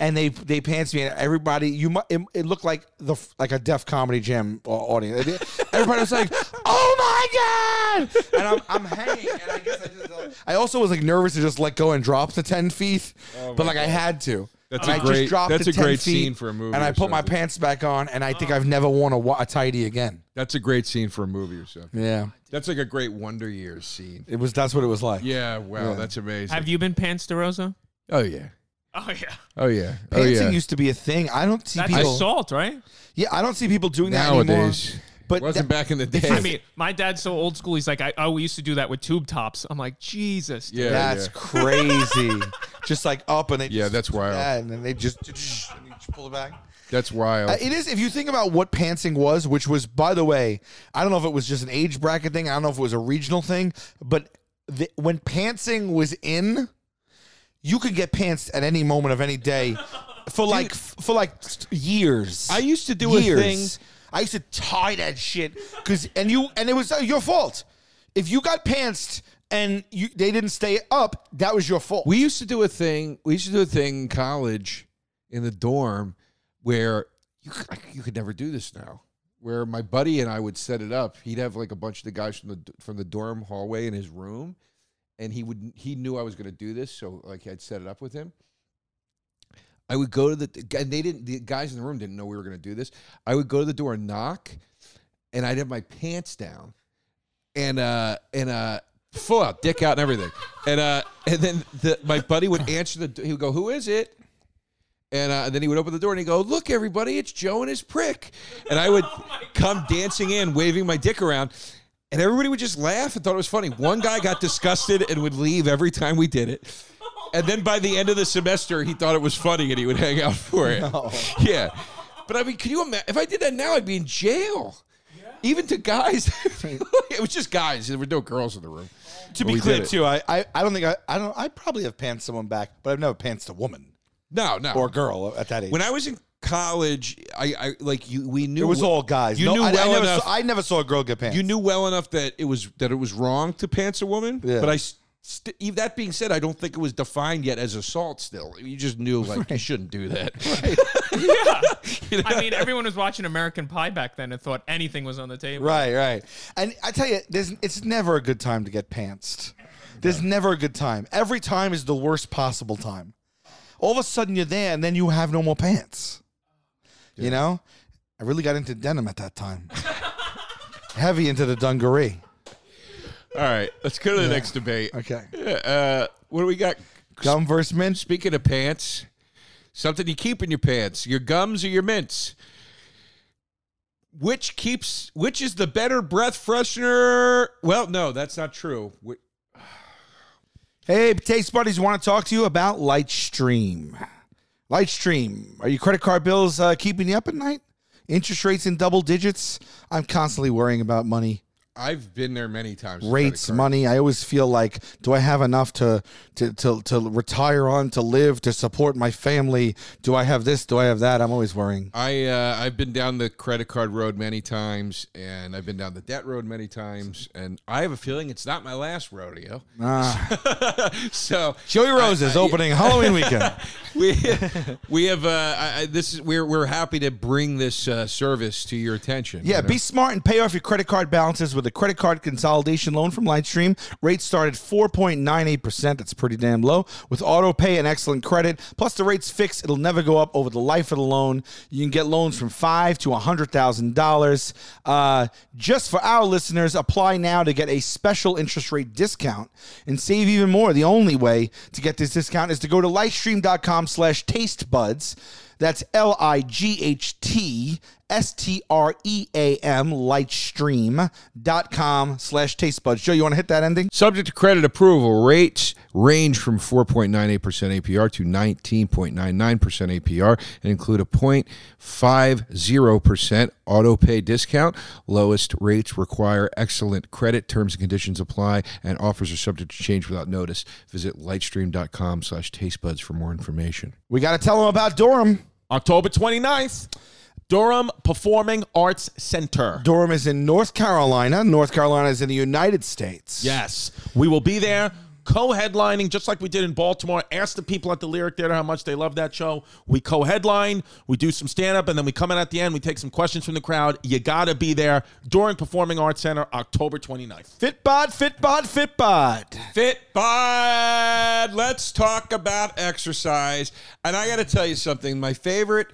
Speaker 3: and they they pants me and everybody you mu- it, it looked like the f- like a deaf comedy jam au- audience everybody was like oh my god and i'm, I'm hanging and i guess i just uh, i also was like nervous to just let go and drop the 10 feet but like i had to
Speaker 2: Oh That's
Speaker 3: And
Speaker 2: a
Speaker 3: I
Speaker 2: great- that's
Speaker 3: the
Speaker 2: a
Speaker 3: 10
Speaker 2: great scene for a movie
Speaker 3: and i
Speaker 2: or
Speaker 3: put my
Speaker 2: something. Oh.
Speaker 3: pants back on and i think i've never worn a, wa- a tidy again
Speaker 2: That's a great scene for a movie or something.
Speaker 3: yeah
Speaker 2: That's like a great Wonder Years scene.
Speaker 3: it was that's what it was like
Speaker 2: Yeah, wow, that's amazing.
Speaker 4: Have you been pants DeRosa?
Speaker 2: oh yeah,
Speaker 4: Oh yeah,
Speaker 2: oh yeah, oh
Speaker 3: Pantsing
Speaker 2: yeah.
Speaker 3: used to be a thing. I don't see
Speaker 4: that's
Speaker 3: people.
Speaker 4: assault, right?
Speaker 3: yeah, I don't see people doing that anymore.
Speaker 2: Nowadays,
Speaker 3: But
Speaker 2: wasn't
Speaker 3: that-
Speaker 2: back in the day.
Speaker 4: I mean, my dad's so old school. He's like, I, oh, we used to do that with tube tops. I'm like, Jesus. dude.
Speaker 2: yeah,
Speaker 3: That's
Speaker 2: yeah.
Speaker 3: crazy. just like up and they
Speaker 2: Yeah,
Speaker 3: just-
Speaker 2: that's wild.
Speaker 3: Yeah, and then they just, and you just pull it back.
Speaker 2: that's wild.
Speaker 3: Uh, it is if you think about what pantsing was, which was by the way, I don't know if it was just an age bracket thing. I don't know if it was a regional thing, but the, when pantsing was in, you could get pants at any moment of any day for like for like years.
Speaker 2: I used to do a thing-
Speaker 3: I used to tie that shit because and you and it was uh, your fault if you got pantsed and you they didn't stay up. That was your fault.
Speaker 2: we used to do a thing. We used to do a thing in college, in the dorm, where you c- like, you could never do this now. Where my buddy and I would set it up. He'd have like a bunch of the guys from the d- from the dorm hallway in his room, and he would he knew I was going to do this, so like I'd set it up with him. I would go to the and they didn't the guys in the room didn't know we were going to do this. I would go to the door and knock, and I'd have my pants down, and uh and uh full out dick out and everything, and uh and then the, my buddy would answer the he would go who is it. And, uh, then he would open the door and he'd go, Look, everybody, it's Joe and his prick. And I would come dancing in, waving my dick around. And everybody would just laugh and thought it was funny. One guy got disgusted and would leave every time we did it. And then by the end of the semester, he thought it was funny and he would hang out for it. Yeah. But I mean, can you imagine? If I did that now, I'd be in jail. Even to guys. it was just guys. There were no girls in the room.
Speaker 3: To
Speaker 2: But we
Speaker 3: be
Speaker 2: did
Speaker 3: clear,
Speaker 2: it.
Speaker 3: too, I, I, I don't think I, I don't I probably have pantsed someone back, but I've never pantsed a woman
Speaker 2: No, no.
Speaker 3: or a girl at that age.
Speaker 2: when I was in college, I, I like you. We knew
Speaker 3: it was
Speaker 2: we-
Speaker 3: all guys.
Speaker 2: You
Speaker 3: No,
Speaker 2: knew
Speaker 3: I, I
Speaker 2: well
Speaker 3: never
Speaker 2: enough.
Speaker 3: Saw, I never saw a girl get pants.
Speaker 2: you knew well enough that it was that it was wrong to pants a woman.
Speaker 3: Yeah.
Speaker 2: But I, s- st- e- that being said, I don't think it was defined yet as assault. Still, you just knew like you shouldn't do that.
Speaker 4: Yeah. I mean, everyone was watching American Pie back then and thought anything was on the table.
Speaker 3: Right, right. And I tell you, there's, it's never a good time to get pantsed. There's never a good time. Every time is the worst possible time. All of a sudden you're there and then you have no more pants. You know? I really got into denim at that time. Heavy into the dungaree.
Speaker 2: all right, let's go to the next debate.
Speaker 3: Okay.
Speaker 2: Uh, what do we got?
Speaker 3: Gum versus mint.
Speaker 2: Speaking of pants, something you keep in your pants, your gums or your mints. Which keeps which is the better breath freshener? Well, no, that's not true. Wh-
Speaker 3: Hey, taste buddies, want to talk to you about Lightstream. Lightstream, are your credit card bills uh, keeping you up at night? Interest rates in double digits? I'm constantly worrying about money.
Speaker 2: I've been there many times. with credit
Speaker 3: rates,
Speaker 2: cards.
Speaker 3: money. I always feel like, do I have enough to, to to to retire on, to live, to support my family? Do I have this? Do I have that? I'm always worrying.
Speaker 2: I uh, I've been down the credit card road many times, and I've been down the debt road many times, and I have a feeling it's not my last rodeo.
Speaker 3: Ah.
Speaker 2: so
Speaker 3: Joey Rose is opening Halloween weekend.
Speaker 2: we we have uh, I, I, this is we're we're happy to bring this uh, service to your attention.
Speaker 3: Yeah,
Speaker 2: you know?
Speaker 3: be smart and pay off your credit card balances with a credit card consolidation loan from Lightstream. Rates start at 4.98%. That's pretty damn low. With auto pay and excellent credit, plus the rate's fixed, it'll never go up over the life of the loan. You can get loans from five to $100,000. Uh, just for our listeners, apply now to get a special interest rate discount and save even more. The only way to get this discount is to go to lightstream.com slash tastebuds. That's L-I-G-H-T E S-T-R-E-A-M, lightstream.com slash taste buds. Joe, you want to hit that ending?
Speaker 2: Subject to credit approval, rates range from 4.98% APR to 19.99% APR and include a 0.50% auto pay discount. Lowest rates require excellent credit. Terms and conditions apply, and offers are subject to change without notice. Visit lightstream.com slash tastebuds for more information.
Speaker 3: We got to tell them about Durham.
Speaker 5: October 29th, Durham Performing Arts Center.
Speaker 3: Durham is in North Carolina. North Carolina is in the United States.
Speaker 5: Yes, we will be there. Co-headlining, just like we did in Baltimore. Ask the people at the Lyric Theater how much they love that show. We co-headline, we do some stand-up, and then we come in at the end. We take some questions from the crowd. You gotta be there during Performing Arts Center, October 29th.
Speaker 3: Fitbod, Fitbod, Fitbod.
Speaker 2: Fitbod. Let's talk about exercise. And I got to tell you something. My favorite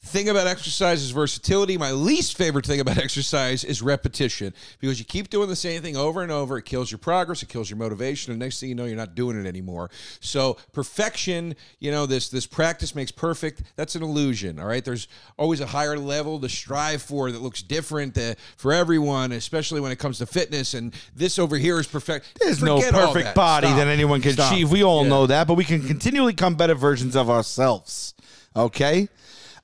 Speaker 2: thing about exercise is versatility. My least favorite thing about exercise is repetition because you keep doing the same thing over and over. It kills your progress. It kills your motivation. And next thing you know, you're not doing it anymore. So perfection, you know, this this practice makes perfect. That's an illusion. All right. There's always a higher level to strive for that looks different uh, for everyone, especially when it comes to fitness. And this over here is perfect.
Speaker 3: There's no
Speaker 2: Forget all
Speaker 3: perfect
Speaker 2: that.
Speaker 3: body
Speaker 2: Stop.
Speaker 3: that anyone can
Speaker 2: Stop.
Speaker 3: achieve. We all know that, but we can continually become better versions of ourselves. Okay?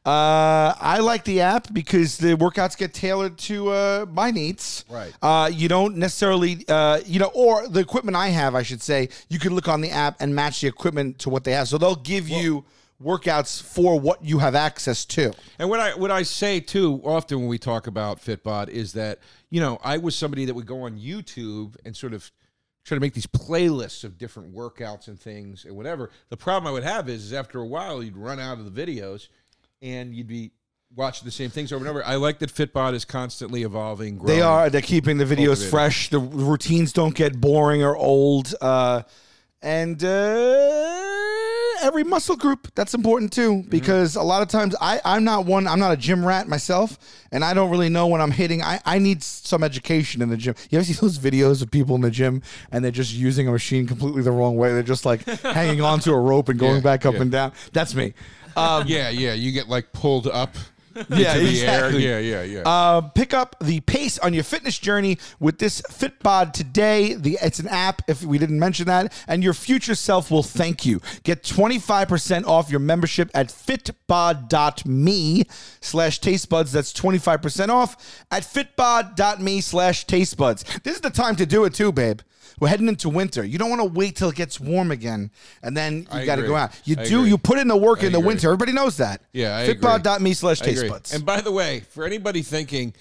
Speaker 3: Uh, I like the app because the workouts get tailored to uh, my needs.
Speaker 2: Right.
Speaker 3: Uh, you don't necessarily, uh, you know, or the equipment I have, I should say, you can look on the app and match the equipment to what they have. So they'll give you workouts for what you have access to.
Speaker 2: And what I what I say too often when we talk about Fitbod is that you know I was somebody that would go on YouTube and sort of try to make these playlists of different workouts and things and whatever. The problem I would have is, is after a while you'd run out of the videos and you'd be watching the same things over and over. I like that Fitbod is constantly evolving. Growing.
Speaker 3: They are. They're keeping the videos
Speaker 2: Cultivated.
Speaker 3: fresh. The routines don't get boring or old. Uh, and uh, every muscle group that's important
Speaker 2: Mm-hmm.
Speaker 3: too, because a lot of times I I'm not one. I'm not a gym rat myself, and I don't really know when I'm hitting. I I need some education in the gym. You ever see those videos of people in the gym and they're just using a machine completely the wrong way? They're just like hanging onto a rope and going
Speaker 2: Yeah,
Speaker 3: back up
Speaker 2: yeah.
Speaker 3: and down. That's me.
Speaker 2: yeah, yeah. You get like pulled up.
Speaker 3: yeah,
Speaker 5: Exactly. Yeah, yeah, yeah.
Speaker 3: Uh, pick up the pace on your fitness journey with this Fitbod today. The it's an app. If we didn't mention that, and your future self will thank you. Get twenty five percent off your membership at fitbod.me/slash tastebuds. That's twenty five percent off at fitbod.me/slash tastebuds. This is the time to do it too, babe. We're heading into winter. You don't want to wait till it gets warm again, and then you
Speaker 5: I
Speaker 3: got to
Speaker 5: agree.
Speaker 3: go out. You
Speaker 5: I
Speaker 3: do.
Speaker 5: agree.
Speaker 3: You put in the work
Speaker 5: I
Speaker 3: in the
Speaker 5: agree.
Speaker 3: winter. Everybody knows that.
Speaker 5: Yeah, I agree.
Speaker 3: Fitbod.me/slash
Speaker 5: I agree.
Speaker 3: tastebuds.
Speaker 5: And by the way, for anybody thinking,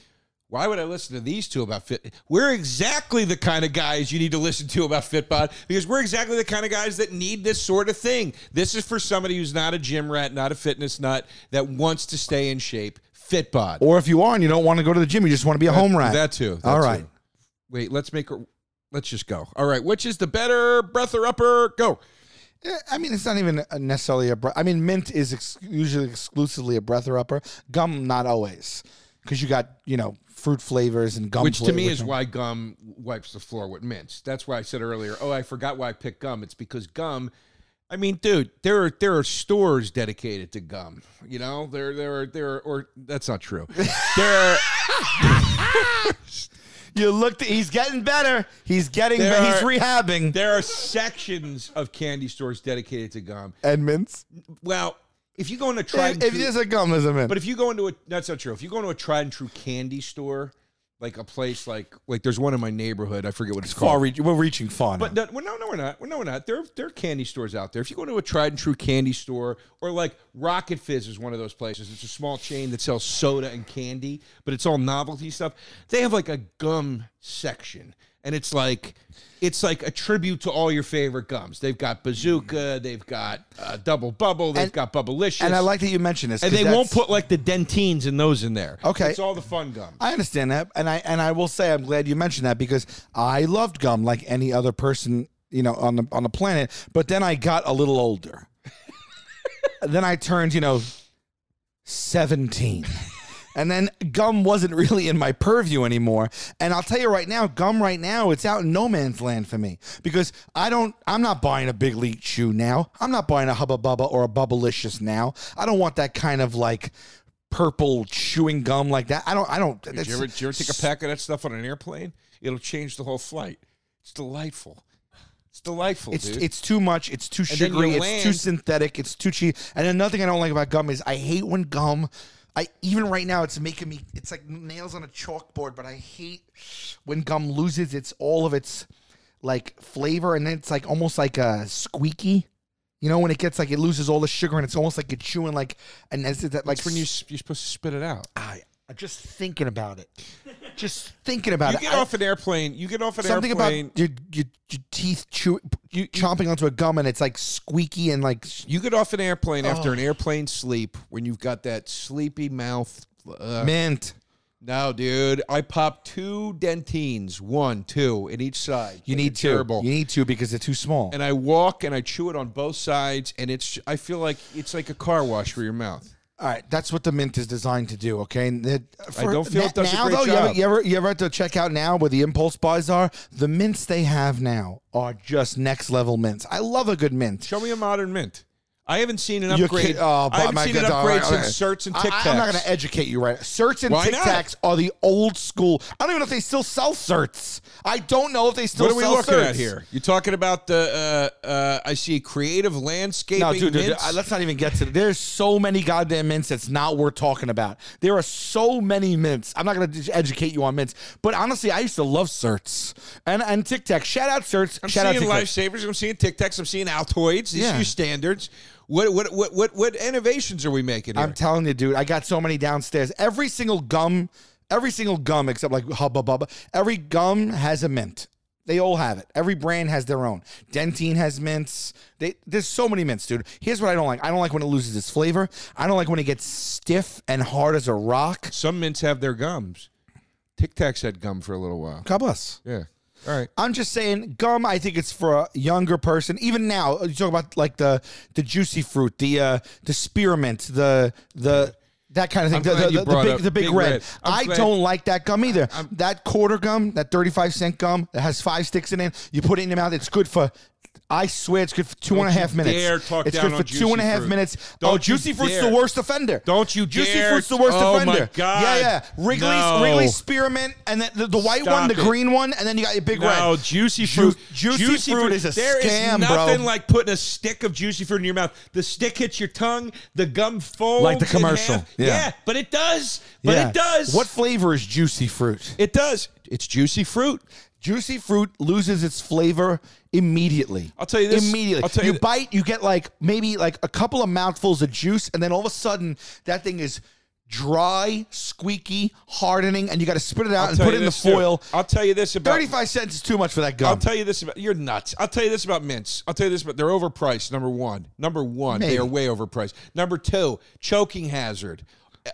Speaker 5: why would I listen to these two about Fit? We're exactly the kind of guys you need to listen to about Fitbod because we're exactly the kind of guys that need this sort of thing. This is for somebody who's not a gym rat, not a fitness nut, that wants to stay in shape. Fitbod.
Speaker 3: Or if you are and you don't want to go to the gym, you just want to be a home rat.
Speaker 5: That too. that
Speaker 3: All
Speaker 5: too.
Speaker 3: right.
Speaker 5: Wait, let's make her. Let's just go. All right. Which is the better breath or upper? Go.
Speaker 3: Eh, I mean, it's not even a- necessarily a breath. I mean, mint is ex- usually exclusively a breather upper. Gum, not always, because you got you know fruit flavors and gum.
Speaker 5: Which to
Speaker 3: fla-
Speaker 5: me is
Speaker 3: are-
Speaker 5: why gum wipes the floor with mints. That's why I said earlier, oh, I forgot why I picked gum. It's because gum. I mean, dude, there are there are stores dedicated to gum. You know, there there are there are, or that's not true. There are,
Speaker 3: you looked. He's getting better. He's getting.
Speaker 5: There
Speaker 3: better. he's
Speaker 5: are-
Speaker 3: rehabbing.
Speaker 5: there are sections of candy stores dedicated to gum.
Speaker 3: and mints.
Speaker 5: Well, if you go into try
Speaker 3: If,
Speaker 5: and
Speaker 3: if
Speaker 5: true-
Speaker 3: there's a gum, there's a mint.
Speaker 5: But if you go into a that's not true. If you go into a tried and true candy store, like a place like like there's one in my neighborhood, I forget what it's
Speaker 3: far
Speaker 5: called.
Speaker 3: reach, we're reaching far. now.
Speaker 5: But no, well, no, no, we're not. Well, no, we're not. There, are- there are candy stores out there. If you go to a tried and true candy store, or like Rocket Fizz is one of those places. It's a small chain that sells soda and candy, but it's all novelty stuff. They have like a gum section, and it's like, it's like a tribute to all your favorite gums. They've got Bazooka, they've got uh, Double Bubble, they've
Speaker 3: And-
Speaker 5: got Bubblicious,
Speaker 3: and I like that you mentioned this.
Speaker 5: and
Speaker 3: 'cause
Speaker 5: they won't
Speaker 3: that's-
Speaker 5: put like the dentines and those in there.
Speaker 3: Okay.
Speaker 5: it's all the fun gums.
Speaker 3: I understand that, and I and I will say I'm glad you mentioned that because I loved gum like any other person you know on the on the planet. But then I got a little older. then I turned you know seventeen. And then gum wasn't really in my purview anymore. And I'll tell you right now, gum right now, it's out in no man's land for me because I don't, I'm not buying a big league chew now. I'm not buying a Hubba Bubba or a Bubblicious now. I don't want that kind of like purple chewing gum like that. I don't, I don't.
Speaker 5: Did you, ever, did you ever take a pack of that stuff on an airplane? It'll change the whole flight. It's delightful. It's delightful,
Speaker 3: It's
Speaker 5: dude.
Speaker 3: it's too much. It's too
Speaker 5: then you
Speaker 3: sugary. It's too
Speaker 5: land-
Speaker 3: synthetic. It's too cheap. And another thing I don't like about gum is I hate when gum. I even right now it's making me. It's like nails on a chalkboard. But I hate when gum loses its all of its like flavor, and then it's like almost like a squeaky. You know when it gets like it loses all the sugar, and it's almost like you're chewing like and as that like
Speaker 5: That's when you, s- you're supposed to spit it out.
Speaker 3: I, I'm just thinking about it, just thinking about
Speaker 5: You
Speaker 3: it.
Speaker 5: get
Speaker 3: I-
Speaker 5: off an airplane. You get off an
Speaker 3: something
Speaker 5: airplane.
Speaker 3: about your, your your teeth chew you, chomping onto a gum and it's like squeaky and like
Speaker 5: you get off an airplane after
Speaker 3: oh.
Speaker 5: an airplane sleep when you've got that sleepy mouth. Uh,
Speaker 3: mint.
Speaker 5: no, dude. I popped two dentines, one, two, in each side.
Speaker 3: You
Speaker 5: Like,
Speaker 3: need
Speaker 5: it's
Speaker 3: two.
Speaker 5: Terrible.
Speaker 3: You need two because they're too small.
Speaker 5: and I walk and I chew it on both sides, and it's. I feel like it's like a car wash for your mouth.
Speaker 3: All right, that's what the mint is designed to do. Okay, and that- for-
Speaker 5: don't feel
Speaker 3: na-
Speaker 5: it does a
Speaker 3: now
Speaker 5: great
Speaker 3: though. You ever,
Speaker 5: job.
Speaker 3: you ever you ever have to check out now where the impulse buys are? The mints they have now are just next level mints. I love a good mint.
Speaker 5: Show me a modern mint. I haven't seen an
Speaker 3: You're
Speaker 5: upgrade.
Speaker 3: kid- oh,
Speaker 5: I haven't
Speaker 3: my
Speaker 5: seen
Speaker 3: God,
Speaker 5: an
Speaker 3: all right,
Speaker 5: upgrade
Speaker 3: all right.
Speaker 5: since certs and
Speaker 3: I-
Speaker 5: Tic Tacs.
Speaker 3: I, am not going to educate you right. Certs and
Speaker 5: Why
Speaker 3: Tic
Speaker 5: not?
Speaker 3: Tacs are the old school. I don't even know if they still sell certs. I don't know if they still
Speaker 5: What are we
Speaker 3: sell
Speaker 5: looking
Speaker 3: certs
Speaker 5: at here? You're talking about the. Uh, uh, I see creative landscaping.
Speaker 3: No, dude, dude, dude,
Speaker 5: mints.
Speaker 3: I- let's not even get to. There's so many goddamn mints. It's not worth talking about. There are so many mints. I'm not going to educate you on mints, but honestly, I used to love certs and and Tic Tac. Shout out certs.
Speaker 5: I'm
Speaker 3: Shout out
Speaker 5: seeing
Speaker 3: Tic Tacs.
Speaker 5: lifesavers. I'm seeing Tic Tacs. I'm seeing Altoids. These
Speaker 3: Yeah.
Speaker 5: are your standards. What what what what what innovations are we making here?
Speaker 3: I'm telling you, dude, I got so many downstairs. Every single gum, every single gum except like Hubba Bubba, every gum has a mint. They all have it. Every brand has their own. Dentine has mints. They, there's so many mints, dude. Here's what I don't like. I don't like when it loses its flavor. I don't like when it gets stiff and hard as a rock.
Speaker 5: Some mints have their gums. Tic Tacs had gum for a little while.
Speaker 3: God bless.
Speaker 5: Yeah. All right.
Speaker 3: I'm just saying, gum. I think it's for a younger person. Even now, you talk about like the the juicy fruit, the uh, the spearmint, the the that kind of thing.
Speaker 5: I'm
Speaker 3: The,
Speaker 5: glad
Speaker 3: the,
Speaker 5: you
Speaker 3: the
Speaker 5: brought
Speaker 3: big
Speaker 5: up
Speaker 3: the big,
Speaker 5: Big
Speaker 3: red.
Speaker 5: Red. I'm
Speaker 3: I
Speaker 5: glad-
Speaker 3: don't like that gum either. that quarter gum, that 35 cent gum that has five sticks in it. You put it in your mouth. It's good for I swear it's good for two and a half minutes.
Speaker 5: dare talk
Speaker 3: it's
Speaker 5: down
Speaker 3: good
Speaker 5: on
Speaker 3: for two and a
Speaker 5: Juicy
Speaker 3: half
Speaker 5: Fruit.
Speaker 3: minutes.
Speaker 5: Don't
Speaker 3: oh,
Speaker 5: you
Speaker 3: Juicy Fruit's
Speaker 5: dare.
Speaker 3: the worst offender.
Speaker 5: Don't you
Speaker 3: Juicy
Speaker 5: dare.
Speaker 3: Fruit's the worst
Speaker 5: Oh, my
Speaker 3: offender.
Speaker 5: God.
Speaker 3: Yeah, yeah. Wrigley's,
Speaker 5: No.
Speaker 3: Wrigley's Spearmint, and then the, the white
Speaker 5: Stop
Speaker 3: one, the
Speaker 5: it.
Speaker 3: green one, and then you got your big
Speaker 5: No,
Speaker 3: red.
Speaker 5: juicy
Speaker 3: Ju-
Speaker 5: fruit.
Speaker 3: Juicy Fruit is a
Speaker 5: There is
Speaker 3: scam, bro.
Speaker 5: nothing like putting a stick of juicy fruit in your mouth. The stick hits your tongue. The gum folds.
Speaker 3: Like the
Speaker 5: in
Speaker 3: commercial.
Speaker 5: half.
Speaker 3: Yeah.
Speaker 5: but it does. But
Speaker 3: Yeah.
Speaker 5: it does.
Speaker 3: What flavor is Juicy Fruit?
Speaker 5: It does. It's juicy fruit.
Speaker 3: Juicy Fruit loses its flavor immediately.
Speaker 5: I'll tell you this.
Speaker 3: Immediately.
Speaker 5: I'll tell you
Speaker 3: you
Speaker 5: th-
Speaker 3: bite, you get like maybe like a couple of mouthfuls of juice, and then all of a sudden that thing is dry, squeaky, hardening, and you got to spit it out and
Speaker 5: tell
Speaker 3: put
Speaker 5: you
Speaker 3: it in the
Speaker 5: this, too.
Speaker 3: foil.
Speaker 5: I'll tell you this about
Speaker 3: 35 cents is too much for that
Speaker 5: I'll
Speaker 3: gum.
Speaker 5: tell you this about you're nuts. I'll tell you this about mints. I'll tell you this about they're overpriced. Number one, number one,
Speaker 3: Maybe.
Speaker 5: they are way overpriced. Number two, choking hazard. E-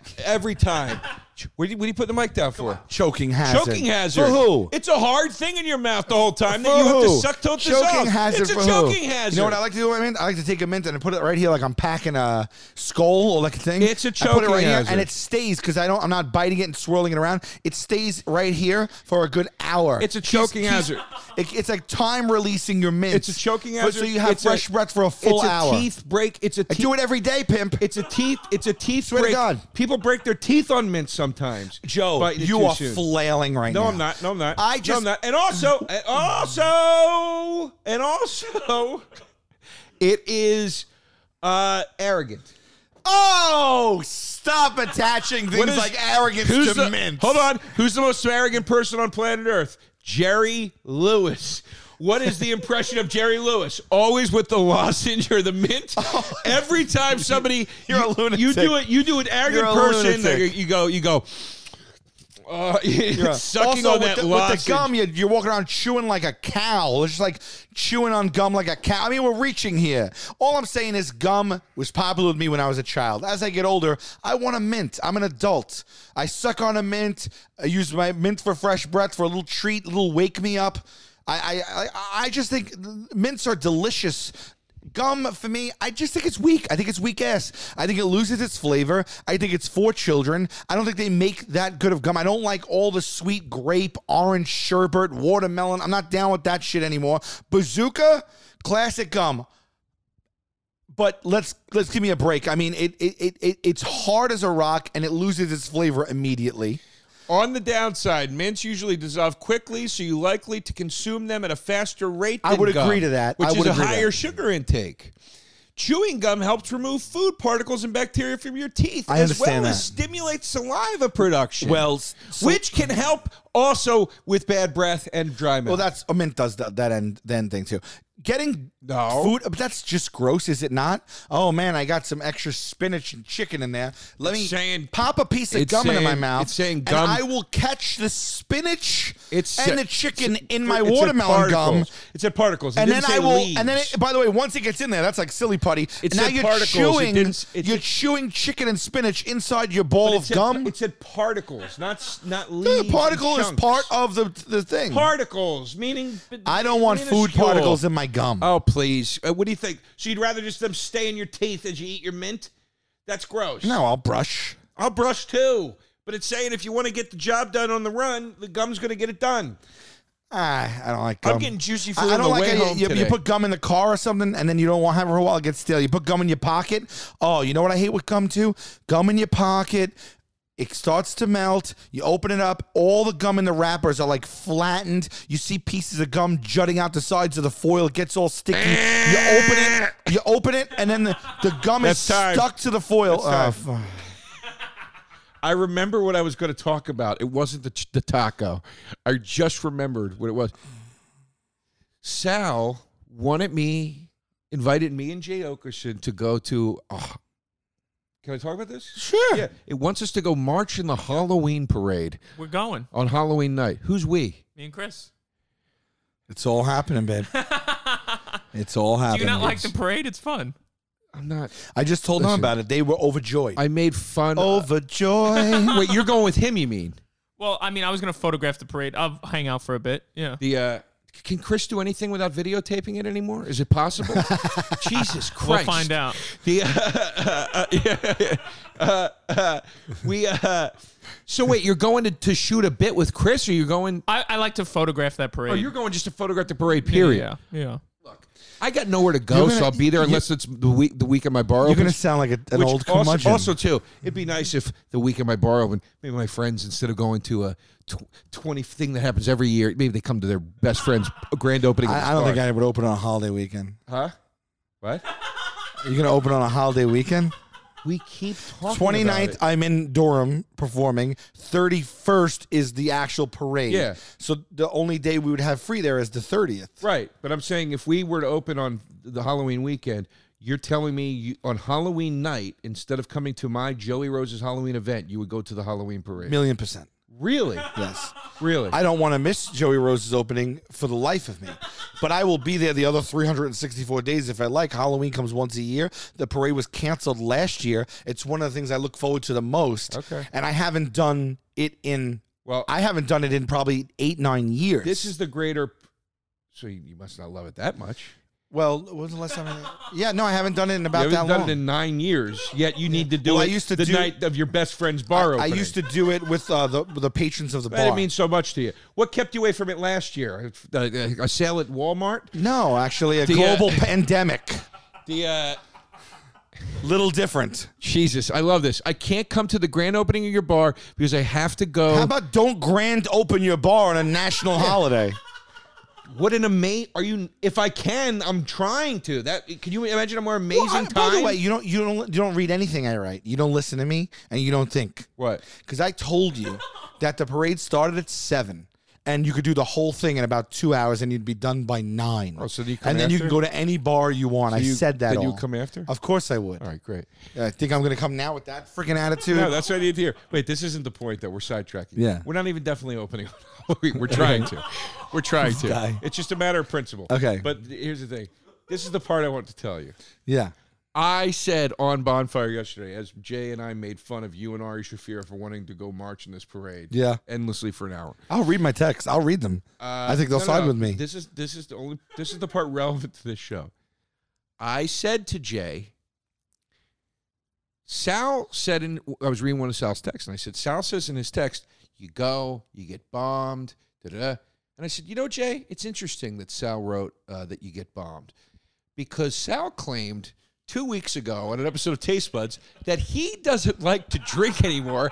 Speaker 5: Every time, Ch- what do you, what do you put the mic down for?
Speaker 3: choking hazard.
Speaker 5: Choking hazard.
Speaker 3: For who?
Speaker 5: It's a hard thing in your mouth the whole time
Speaker 3: For
Speaker 5: that you have to
Speaker 3: who?
Speaker 5: suck till it
Speaker 3: Choking
Speaker 5: dissolves.
Speaker 3: hazard
Speaker 5: it's a
Speaker 3: for
Speaker 5: choking
Speaker 3: who?
Speaker 5: hazard.
Speaker 3: You know what I like to do? I mean, I like to take a mint and I put it right here, like I'm packing a skull or like a thing.
Speaker 5: It's a
Speaker 3: I put it
Speaker 5: choking
Speaker 3: right here,
Speaker 5: hazard.
Speaker 3: and it stays because I don't. I'm not biting it and swirling it around. It stays right here for a good hour.
Speaker 5: It's a choking
Speaker 3: He's-
Speaker 5: hazard.
Speaker 3: It, it's like time releasing your mint.
Speaker 5: It's a choking
Speaker 3: But
Speaker 5: hazard.
Speaker 3: So you have
Speaker 5: It's a-
Speaker 3: fresh breath for a full
Speaker 5: it's a
Speaker 3: hour.
Speaker 5: teeth break. It's a
Speaker 3: I
Speaker 5: teeth.
Speaker 3: do it every day, pimp.
Speaker 5: It's a teeth. It's a teeth
Speaker 3: Swear to
Speaker 5: break.
Speaker 3: God.
Speaker 5: People break their teeth on mints sometimes.
Speaker 3: Joe.
Speaker 5: Biting it
Speaker 3: You
Speaker 5: too
Speaker 3: are
Speaker 5: soon.
Speaker 3: flailing right
Speaker 5: No,
Speaker 3: now.
Speaker 5: I'm not. No, I'm not.
Speaker 3: I
Speaker 5: No,
Speaker 3: just-
Speaker 5: I'm not. And also, and also, and also, it is uh arrogant.
Speaker 3: Oh, stop attaching things
Speaker 5: is-
Speaker 3: like arrogance
Speaker 5: Who's
Speaker 3: to
Speaker 5: the,
Speaker 3: mints.
Speaker 5: Hold on. Who's the most arrogant person on planet Earth? Jerry Lewis. What is the impression of Jerry Lewis? Always with the lozenge or the mint. Every time somebody
Speaker 3: Oh. You're a
Speaker 5: you,
Speaker 3: lunatic.
Speaker 5: You do it. You do an arrogant
Speaker 3: You're a
Speaker 5: person. that
Speaker 3: lunatic.
Speaker 5: You go. You go. Uh, sucking
Speaker 3: also,
Speaker 5: on that
Speaker 3: with the,
Speaker 5: lozenge.
Speaker 3: with the gum, you're, you're walking around chewing like a cow. It's just like chewing on gum like a cow. I mean, we're reaching here. All I'm saying is gum was popular with me when I was a child. As I get older, I want a mint. I'm an adult. I suck on a mint. I use my mint for fresh breath for a little treat, a little wake me up. I I, I, I just think mints are delicious. Gum for me, I just think it's weak. I think it's weak ass. I think it loses its flavor. I think it's for children. I don't think they make that good of gum. I don't like all the sweet grape, orange sherbet, watermelon. I'm not down with that shit anymore. Bazooka, classic gum. But let's let's give me a break. I mean, it it, it, it it's hard as a rock and it loses its flavor immediately.
Speaker 5: On the downside, mints usually dissolve quickly, so you're likely to consume them at a faster rate.
Speaker 3: I
Speaker 5: than
Speaker 3: would
Speaker 5: gum,
Speaker 3: agree to that.
Speaker 5: which
Speaker 3: I
Speaker 5: is
Speaker 3: would
Speaker 5: a
Speaker 3: agree to
Speaker 5: higher
Speaker 3: that.
Speaker 5: sugar intake. Chewing gum helps remove food particles and bacteria from your teeth,
Speaker 3: I
Speaker 5: as well
Speaker 3: understand that.
Speaker 5: as stimulate saliva production.
Speaker 3: Well, s- so-
Speaker 5: which can help also with bad breath and dry mouth.
Speaker 3: Well, that's a mint does that, that end then thing too. Getting
Speaker 5: No.
Speaker 3: food, but that's just gross, is it not? Oh man, I got some extra spinach and chicken in there. Let me
Speaker 5: It's saying-
Speaker 3: pop a piece of
Speaker 5: it's
Speaker 3: gum into my
Speaker 5: saying-
Speaker 3: mouth.
Speaker 5: it's saying
Speaker 3: and
Speaker 5: gum-
Speaker 3: I will catch the spinach
Speaker 5: It's
Speaker 3: and
Speaker 5: sa-
Speaker 3: the chicken in my
Speaker 5: It's at
Speaker 3: watermelon gum.
Speaker 5: particles. It's at particles, It
Speaker 3: And then
Speaker 5: didn't
Speaker 3: I
Speaker 5: say
Speaker 3: will,
Speaker 5: leaves.
Speaker 3: and then it, by the way, once it gets in there, that's like silly putty.
Speaker 5: It
Speaker 3: now
Speaker 5: said
Speaker 3: you're
Speaker 5: particles. It
Speaker 3: chewing,
Speaker 5: didn't s- it-
Speaker 3: you're chewing chicken and spinach inside your bowl
Speaker 5: It
Speaker 3: of
Speaker 5: said-
Speaker 3: gum.
Speaker 5: It said particles, not s- not leaves.
Speaker 3: the
Speaker 5: and
Speaker 3: particle is
Speaker 5: chunks.
Speaker 3: part of the the thing.
Speaker 5: particles, meaning
Speaker 3: I don't want food
Speaker 5: minuscule.
Speaker 3: particles in my gum.
Speaker 5: Oh, please. Uh, what do you think? So you'd rather just them stay in your teeth as you eat your mint? That's gross.
Speaker 3: No, I'll brush.
Speaker 5: I'll brush too. But it's saying if you want to get the job done on the run, the gum's going to get it done.
Speaker 3: Ah, I don't like gum.
Speaker 5: I'm getting juicy fruit
Speaker 3: I- I
Speaker 5: on
Speaker 3: don't
Speaker 5: the
Speaker 3: like
Speaker 5: way
Speaker 3: how you,
Speaker 5: home
Speaker 3: you, you
Speaker 5: today.
Speaker 3: put gum in the car or something, and then you don't want to have it for a while. It gets stale. You put gum in your pocket. Oh, you know what I hate with gum too? Gum in your pocket. It starts to melt. You open it up. All the gum in the wrappers are like flattened. You see pieces of gum jutting out the sides of the foil. It gets all sticky. you open it. You open it, and then the, the gum is
Speaker 5: That's time.
Speaker 3: stuck to the foil.
Speaker 5: That's
Speaker 3: Oh, fuck.
Speaker 5: I remember what I was going to talk about. It wasn't the, the taco. I just remembered what it was. Sal wanted me, invited me and Jay Okerson to go to. oh, can I talk about this? Sure. Yeah, it wants us to go march in the Halloween parade
Speaker 4: We're going.
Speaker 5: on Halloween night. Who's we?
Speaker 4: Me and Chris.
Speaker 3: it's all happening, babe. It's all
Speaker 4: Do
Speaker 3: happening.
Speaker 4: you not like the parade? It's fun.
Speaker 5: I'm not.
Speaker 3: I just told
Speaker 5: Listen.
Speaker 3: them about it. They were overjoyed.
Speaker 5: I made fun.
Speaker 3: Oh. overjoyed.
Speaker 5: Wait, you're going with him? You mean
Speaker 4: Well, I mean, I was gonna photograph the parade. I'll hang out for a bit. Yeah.
Speaker 5: the? uh Can Chris do anything without videotaping it anymore? Is it possible? Jesus Christ!
Speaker 4: We'll find out.
Speaker 5: The uh, uh, uh, yeah, uh, uh, we uh, so wait, you're going to, to shoot a bit with Chris, or you're going?
Speaker 4: I, I like to photograph that parade.
Speaker 5: Oh, you're going just to photograph the parade. Period.
Speaker 4: Yeah. Yeah.
Speaker 5: I got nowhere to go,
Speaker 3: You're gonna-
Speaker 5: so I'll be there
Speaker 3: you-
Speaker 5: unless it's the week the weekend my bar
Speaker 3: You're going to
Speaker 5: opens.
Speaker 3: sound like a, an
Speaker 5: Which
Speaker 3: old
Speaker 5: also,
Speaker 3: curmudgeon.
Speaker 5: also too, it'd be nice if the weekend my bar open, maybe my friends instead of going to a tw- twenty thing that happens every year, maybe they come to their best friend's grand opening. of
Speaker 3: I,
Speaker 5: his
Speaker 3: I don't
Speaker 5: bar.
Speaker 3: think I would open on a holiday weekend.
Speaker 5: Huh? What?
Speaker 3: You're going to open on a holiday weekend?
Speaker 5: We keep talking.
Speaker 3: 29th,
Speaker 5: About
Speaker 3: I'm in Durham performing. 31st is the actual parade.
Speaker 5: Yeah.
Speaker 3: So the only day we would have free there is the 30th.
Speaker 5: it. Right, but I'm saying if we were to open on the Halloween weekend, you're telling me you, on Halloween night instead of coming to my Joey Rose's Halloween event, you would go to the Halloween parade.
Speaker 3: Million percent.
Speaker 5: Really?
Speaker 3: Yes.
Speaker 5: Really?
Speaker 3: I don't want to miss Joey Rose's opening for the life of me. But I will be there the other 364 days if I like. Halloween comes once a year. The parade was canceled last year. It's one of the things I look forward to the most.
Speaker 5: Okay.
Speaker 3: And I haven't done it in,
Speaker 5: well,
Speaker 3: I haven't done it in probably eight, nine years.
Speaker 5: this is the greater. So you, you must not love it that much.
Speaker 3: well, when was the last time? I, yeah, no, I haven't done it in about
Speaker 5: you
Speaker 3: that
Speaker 5: haven't done
Speaker 3: long.
Speaker 5: it in nine years, yet you need to do
Speaker 3: Well, I
Speaker 5: it
Speaker 3: used to
Speaker 5: the
Speaker 3: do-
Speaker 5: night of your best friend's
Speaker 3: I-
Speaker 5: bar
Speaker 3: I,
Speaker 5: opening.
Speaker 3: used to do it with uh, the the patrons of the
Speaker 5: That
Speaker 3: bar.
Speaker 5: means so much to you. What kept you away from it last year? A, a- a sale at Walmart?
Speaker 3: no, actually, a
Speaker 5: The, uh,
Speaker 3: global pandemic.
Speaker 5: The uh,
Speaker 3: Little different.
Speaker 5: Jesus, I love this. I can't come to the grand opening of your bar because I have to go.
Speaker 3: How about don't grand open your bar on a national holiday?
Speaker 5: what an amazing! Are you? If I can, I'm trying to. That can you imagine a more amazing
Speaker 3: Well, I-
Speaker 5: time?
Speaker 3: By the way, you don't you don't you don't read anything I write. You don't listen to me, and you don't think.
Speaker 5: What?
Speaker 3: Because I told you that the parade started at seven, and you could do the whole thing in about two hours, and you'd be done by nine.
Speaker 5: Oh, so do you come
Speaker 3: and then you can
Speaker 5: after?
Speaker 3: go to any bar you want. I
Speaker 5: you-
Speaker 3: said that.
Speaker 5: then you
Speaker 3: all.
Speaker 5: come after?
Speaker 3: Of course I would.
Speaker 5: All right, great.
Speaker 3: I think I'm going to come now with that freaking attitude.
Speaker 5: No, that's what I need to hear. Wait, this isn't the point that we're sidetracking.
Speaker 3: Yeah.
Speaker 5: We're not even definitely opening on Halloween. We're trying to. We're trying to.
Speaker 3: guy.
Speaker 5: It's just a matter of principle.
Speaker 3: Okay.
Speaker 5: But here's the thing. This is the part I want to tell you.
Speaker 3: yeah.
Speaker 5: I said on Bonfire yesterday, as Jay and I made fun of you and Ari Shafir for wanting to go march in this parade
Speaker 3: Yeah.
Speaker 5: endlessly for an hour.
Speaker 3: I'll read my texts. I'll read them. I think they'll
Speaker 5: Uh, No, no,
Speaker 3: side
Speaker 5: no.
Speaker 3: with me.
Speaker 5: This is this is the only this is the part relevant to this show. I said to Jay, Sal said in I was reading one of Sal's texts, and I said Sal says in his text, "You go, you get bombed." Da-da. And I said, you know, Jay, it's interesting that Sal wrote uh, that you get bombed because Sal claimed two weeks ago on an episode of Taste Buds that he doesn't like to drink anymore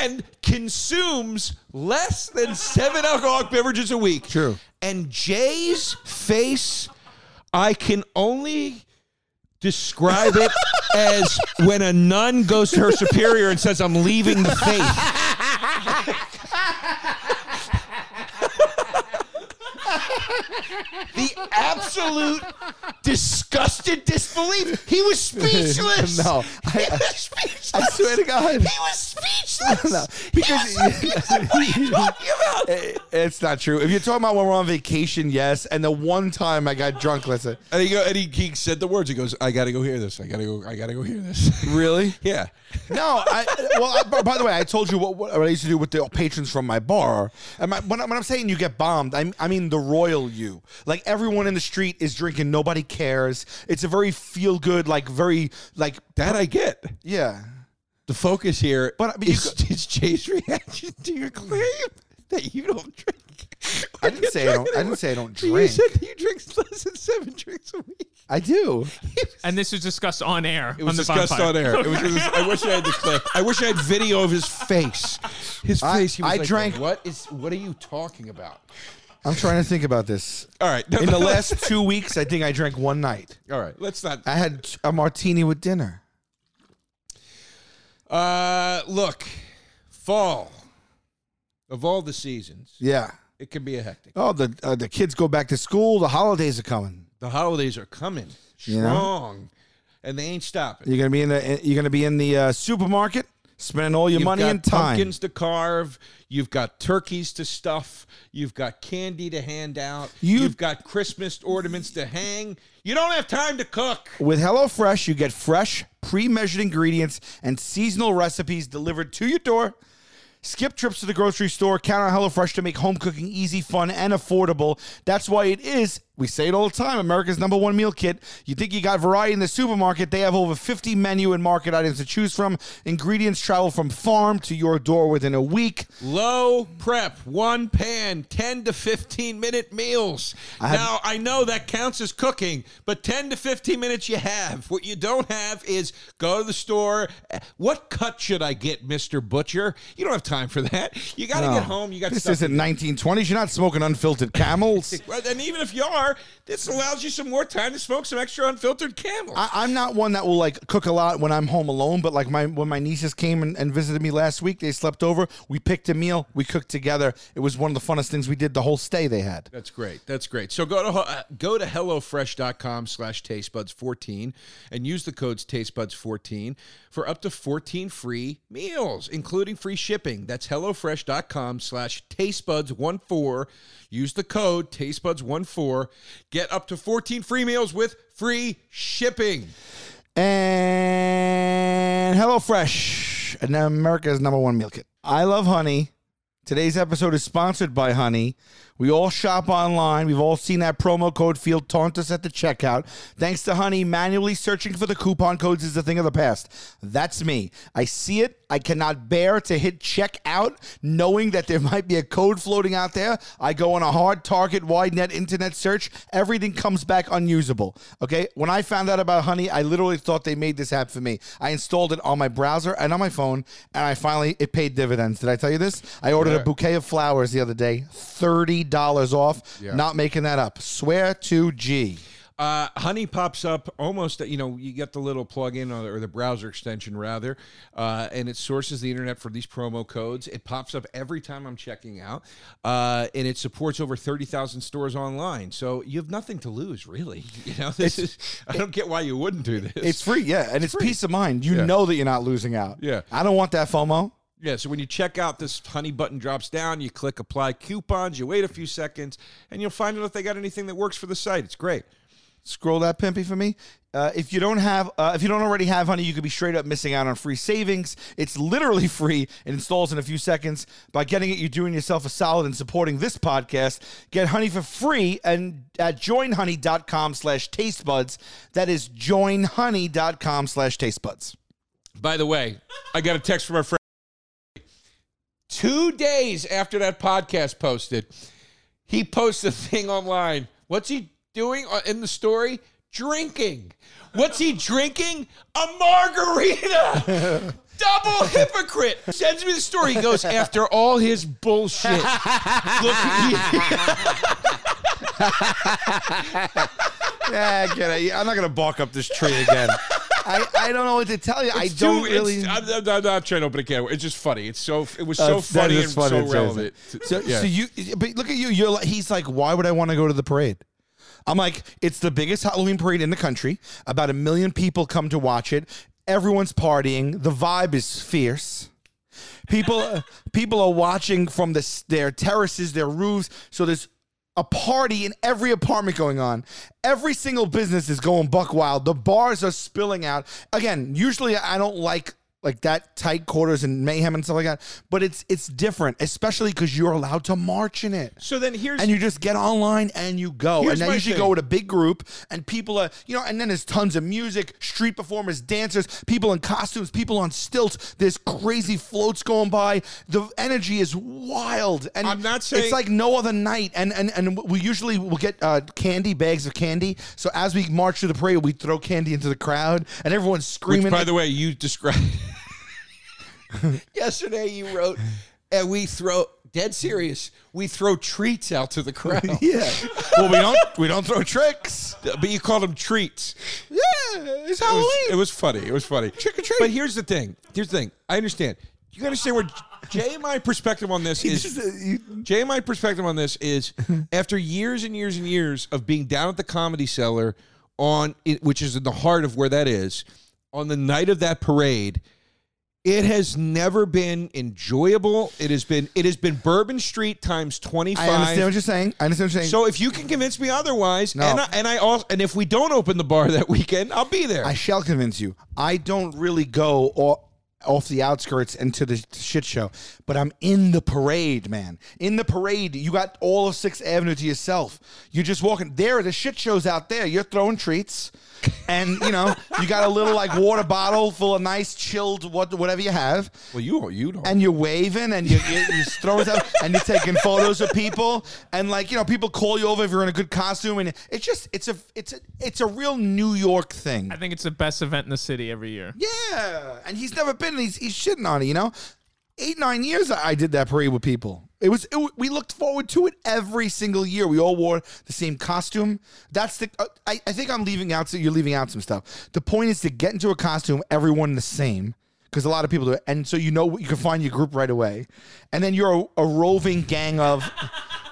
Speaker 5: and consumes less than seven alcoholic beverages a week.
Speaker 3: True.
Speaker 5: And Jay's face, I can only describe it as when a nun goes to her superior and says, I'm leaving the faith. the absolute disgusted disbelief. He was speechless.
Speaker 3: No, I-
Speaker 5: he was speechless.
Speaker 3: I swear to God.
Speaker 5: He was speechless.
Speaker 3: No,
Speaker 5: because
Speaker 3: because-
Speaker 5: what are you talking about?
Speaker 3: It- Eh, It's not true. If you're talking about when we're on vacation, yes. And the one time I got drunk, listen.
Speaker 5: And he, go, and he, he said the words. He goes, "I gotta go hear this. I gotta go. I gotta go hear this."
Speaker 3: Really?
Speaker 5: yeah.
Speaker 3: No. I, well, I, by- by the way, I told you what, what I used to do with the patrons from my bar. And my, when, I, when I'm saying you get bombed, I, I mean the royal you. Like everyone in the street is drinking. Nobody cares. It's a very feel good, like very like
Speaker 5: That I get.
Speaker 3: yeah.
Speaker 5: The focus here
Speaker 3: But,
Speaker 5: but,
Speaker 3: I mean, you
Speaker 5: is, is Jay's reaction to your claim that you don't drink.
Speaker 3: I didn't say I don't- I didn't say I don't
Speaker 5: You
Speaker 3: drink.
Speaker 5: said that you drink less than seven drinks a week.
Speaker 3: I do.
Speaker 4: And this was discussed on air.
Speaker 5: It was
Speaker 4: on the
Speaker 5: discussed
Speaker 4: bonfire.
Speaker 5: on air. It was, it was- I wish I had the clip. I wish I had video of his face. His
Speaker 3: I-
Speaker 5: face. he was
Speaker 3: I
Speaker 5: like,
Speaker 3: drank-
Speaker 5: What is? What are you talking about?
Speaker 3: I'm trying to think about this.
Speaker 5: All right.
Speaker 3: In the last two weeks, I think I drank one night.
Speaker 5: All right. Let's not.
Speaker 3: I had a martini with dinner.
Speaker 5: Uh, look, fall of all the seasons,
Speaker 3: Yeah.
Speaker 5: it can be a hectic.
Speaker 3: Oh, the uh, the kids go back to school. The holidays are coming.
Speaker 5: The holidays are coming
Speaker 3: You know?
Speaker 5: strong, and they ain't stopping.
Speaker 3: You're gonna be in the you're gonna be in the uh, supermarket, spending all your
Speaker 5: You've
Speaker 3: money
Speaker 5: got
Speaker 3: and time.
Speaker 5: pumpkins to carve. You've got turkeys to stuff. You've got candy to hand out.
Speaker 3: You-
Speaker 5: You've got Christmas ornaments to hang. You don't have time to cook.
Speaker 3: With HelloFresh, you get fresh, pre-measured ingredients and seasonal recipes delivered to your door. Skip trips to the grocery store. Count on HelloFresh to make home cooking easy, fun, and affordable. That's why it is We say it all the time. America's number one meal kit. You think you got variety in the supermarket? They have over 50 menu and market items to choose from. Ingredients travel from farm to your door within a week.
Speaker 5: Low prep, one pan, 10 to 15 minute meals. now, I know that counts as cooking, but 10 to 15 minutes you have. What you don't have is go to the store. eh, What cut should I get, Mr. Butcher? You don't have time for that. You got to
Speaker 3: No.
Speaker 5: get home. You got
Speaker 3: Oh, This
Speaker 5: stuff
Speaker 3: isn't 1920s. You're not smoking unfiltered camels.
Speaker 5: Well, and even if you are, this allows you some more time to smoke some extra unfiltered camel.
Speaker 3: I, I'm not one that will like cook a lot when I'm home alone, but like my when my nieces came and, and visited me last week, they slept over. We picked a meal, we cooked together. It was one of the funnest things we did the whole stay they had.
Speaker 5: That's great. That's great. So go to uh, go to hellofresh.com slash tastebuds14 and use the codes tastebuds14 for up to 14 free meals, including free shipping. That's hellofresh.com slash tastebuds14. Use the code tastebuds14. Get up to 14 free meals with free shipping.
Speaker 3: And HelloFresh, and America's number one meal kit. I love honey. Today's episode is sponsored by Honey. We all shop online. We've all seen that promo code field taunt us at the checkout. Thanks to Honey, manually searching for the coupon codes is a thing of the past. That's me. I see it. I cannot bear to hit checkout knowing that there might be a code floating out there. I go on a hard target wide net internet search. Everything comes back unusable. Okay? When I found out about Honey, I literally thought they made this app for me. I installed it on my browser and on my phone, and I finally it paid dividends. Did I tell you this? I ordered a bouquet of flowers the other day, thirty dollars off. Not making that up. Swear to G.
Speaker 5: Uh, Honey pops up almost, you know, you get the little plug-in or, or the browser extension rather, uh, and it sources the internet for these promo codes. It pops up every time I'm checking out, uh, and it supports over 30,000 stores online. So you have nothing to lose, really. You know, this is, I don't get why you wouldn't do this.
Speaker 3: It's free, yeah, and it's, peace of mind. You know that you're not losing out.
Speaker 5: Yeah.
Speaker 3: I don't want that FOMO.
Speaker 5: yeah, so when you check out, this Honey button drops down, you click apply coupons, you wait a few seconds, and you'll find out if they got anything that works for the site. It's great.
Speaker 3: scroll that pimpy for me. Uh, if you don't have, uh, if you don't already have Honey, you could be straight up missing out on free savings. It's literally free. It installs in a few seconds. By getting it, you're doing yourself a solid and supporting this podcast. Get Honey for free and at joinhoney.com slash tastebuds. That is joinhoney.com slash tastebuds.
Speaker 5: By the way, I got a text from our friend. Two days after that podcast posted, he posts a thing online. What's he doing uh, in the story? Drinking. What's he drinking? A margarita. Double hypocrite. Sends me the story. He goes, after all his bullshit. Look
Speaker 3: Yeah, get it. I'm not going to balk up this tree again. I, I don't know what to tell you. I
Speaker 5: Dude,
Speaker 3: don't
Speaker 5: it's-
Speaker 3: really.
Speaker 5: I'm, I'm- I'm not trying to open a can. of worms. It's just funny. It's so. It was
Speaker 3: Uh,
Speaker 5: so
Speaker 3: that
Speaker 5: funny
Speaker 3: is
Speaker 5: and
Speaker 3: funny,
Speaker 5: so
Speaker 3: it's amazing.
Speaker 5: relevant.
Speaker 3: So,
Speaker 5: Yeah.
Speaker 3: so you, but look at you. You're like, he's like, why would I want to go to the parade? I'm like, it's the biggest Halloween parade in the country. About a million people come to watch it. Everyone's partying. The vibe is fierce. People, people are watching from the, s- their terraces, their roofs. So there's a party in every apartment going on. Every single business is going buck wild. The bars are spilling out. Again, usually I don't like like that tight quarters and mayhem and stuff like that, but it's it's different, especially because you're allowed to march in it
Speaker 5: So then here's
Speaker 3: and you just get online and you go.
Speaker 5: Here's
Speaker 3: and then
Speaker 5: my
Speaker 3: you should
Speaker 5: thing.
Speaker 3: go with a big group and people are, you know, and then there's tons of music, street performers, dancers, people in costumes, people on stilts. There's crazy floats going by. The energy is wild. And
Speaker 5: I'm not saying-
Speaker 3: it's like no other night. And and and we usually will get uh, candy bags of candy. So as we march through the parade, we throw candy into the crowd and everyone's screaming.
Speaker 5: Which, by
Speaker 3: like-
Speaker 5: the way, you described yesterday. You wrote, and we throw dead serious. We throw treats out to the crowd.
Speaker 3: yeah. well, we don't we don't throw tricks.
Speaker 5: but you called them treats.
Speaker 3: Yeah, it's
Speaker 5: It
Speaker 3: Halloween.
Speaker 5: was, it was funny. It was funny. Trick or treat. But here's the thing. Here's the thing. I understand. You got to say where Jay and my perspective on this is.
Speaker 3: uh,
Speaker 5: Jay, my perspective on this is after years and years and years of being down at the comedy cellar on it, which is in the heart of where that is, on the night of that parade, it has never been enjoyable. It has been it has been Bourbon Street times twenty
Speaker 3: I understand
Speaker 5: five.
Speaker 3: what you're saying. I understand what you're saying.
Speaker 5: So if you can convince me otherwise,
Speaker 3: No.
Speaker 5: and I, and I also and if we don't open the bar that weekend, I'll be there.
Speaker 3: I shall convince you. I don't really go or off the outskirts and to the shit show. But I'm in the parade, man. In the parade, you got all of Sixth Avenue to yourself. You're just walking there. The shit show's out there. You're throwing treats, and you know you got a little like water bottle full of nice chilled what whatever you have
Speaker 5: Well, you you don't.
Speaker 3: and you're waving and you're, you're, you're throwing stuff and you're taking photos of people and like you know people call you over if you're in a good costume and it's just it's a it's a it's a real New York thing.
Speaker 4: I think it's the best event in the city every year.
Speaker 3: Yeah, and he's never been. And he's he's shitting on it. You know, eight nine years I I did that parade with people. It was it, w- we looked forward to it every single year. We all wore the same costume. That's the uh, I, I think I'm leaving out. So you're leaving out some stuff. The point is to get into a costume, everyone the same. Because a lot of people do it, and so you know what- you can find your group right away, and then you're a, a roving gang of,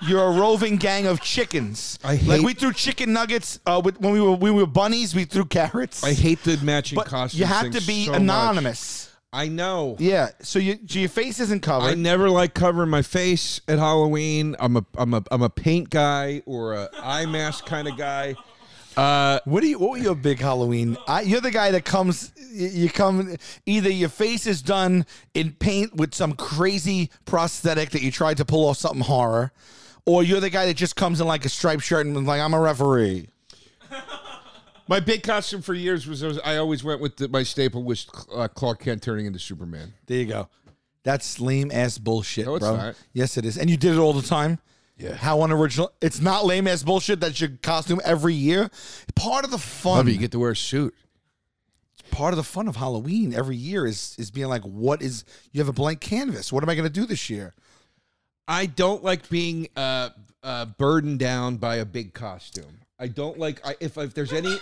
Speaker 3: you're a roving gang of chickens.
Speaker 5: I
Speaker 3: like
Speaker 5: hate-
Speaker 3: we threw chicken nuggets uh, with, when we were we were bunnies. We threw carrots
Speaker 5: I hate the matching
Speaker 3: but
Speaker 5: costumes.
Speaker 3: you have
Speaker 5: thing
Speaker 3: to be
Speaker 5: so much.
Speaker 3: anonymous.
Speaker 5: I know.
Speaker 3: Yeah, so, you, so your face isn't
Speaker 5: I
Speaker 3: covered.
Speaker 5: never like covering my face at Halloween. I'm a I'm a I'm a paint guy or a eye mask kind of guy.
Speaker 3: what do you? What were your big Halloween? I, you're the guy that comes. y- You come either your face is done in paint with some crazy prosthetic that you tried to pull off something horror, or you're the guy that just comes in like a striped shirt and like I'm a referee.
Speaker 5: My big costume for years was I, was, I always went with the, my staple was uh, Clark Kent turning into Superman.
Speaker 3: There you go. That's lame ass bullshit,
Speaker 5: No, it's
Speaker 3: bro.
Speaker 5: not.
Speaker 3: Yes, it is, and you did it all the time.
Speaker 5: Yeah.
Speaker 3: How unoriginal! It's not lame ass bullshit. That's your costume every year. Part of the fun.
Speaker 5: Bobby, you get to wear a suit.
Speaker 3: part of the fun of Halloween every year is is being like, what is you have a blank canvas? What am I going to do this year?
Speaker 5: I don't like being uh, uh, burdened down by a big costume. I don't like I, if if there's any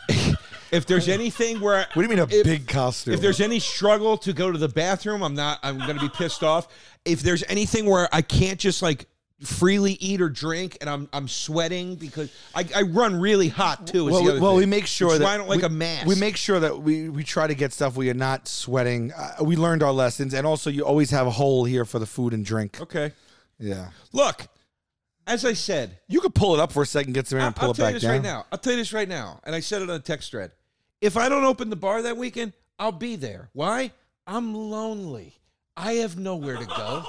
Speaker 5: if there's anything where
Speaker 3: What do you mean a
Speaker 5: if-
Speaker 3: big costume?
Speaker 5: If there's any struggle to go to the bathroom, I'm not. I'm gonna be pissed off. If there's anything where I can't just like freely eat or drink, and I'm I'm sweating because I, I run really hot too. Is
Speaker 3: well,
Speaker 5: the
Speaker 3: we,
Speaker 5: other
Speaker 3: well,
Speaker 5: thing.
Speaker 3: we make sure
Speaker 5: Which
Speaker 3: that
Speaker 5: why I don't like
Speaker 3: we,
Speaker 5: a mask.
Speaker 3: We make sure that we we try to get stuff where you're not sweating. Uh, we learned our lessons, and also you always have a hole here for the food and drink.
Speaker 5: okay.
Speaker 3: Yeah,
Speaker 5: Look, as I said,
Speaker 3: you could pull it up for a second, get some air, and
Speaker 5: I-
Speaker 3: pull
Speaker 5: I'll
Speaker 3: it
Speaker 5: tell
Speaker 3: back
Speaker 5: you this
Speaker 3: down.
Speaker 5: right now. I'll tell you this right now, and I said it on a text thread. If I don't open the bar that weekend, I'll be there. Why? I'm lonely. I have nowhere to go.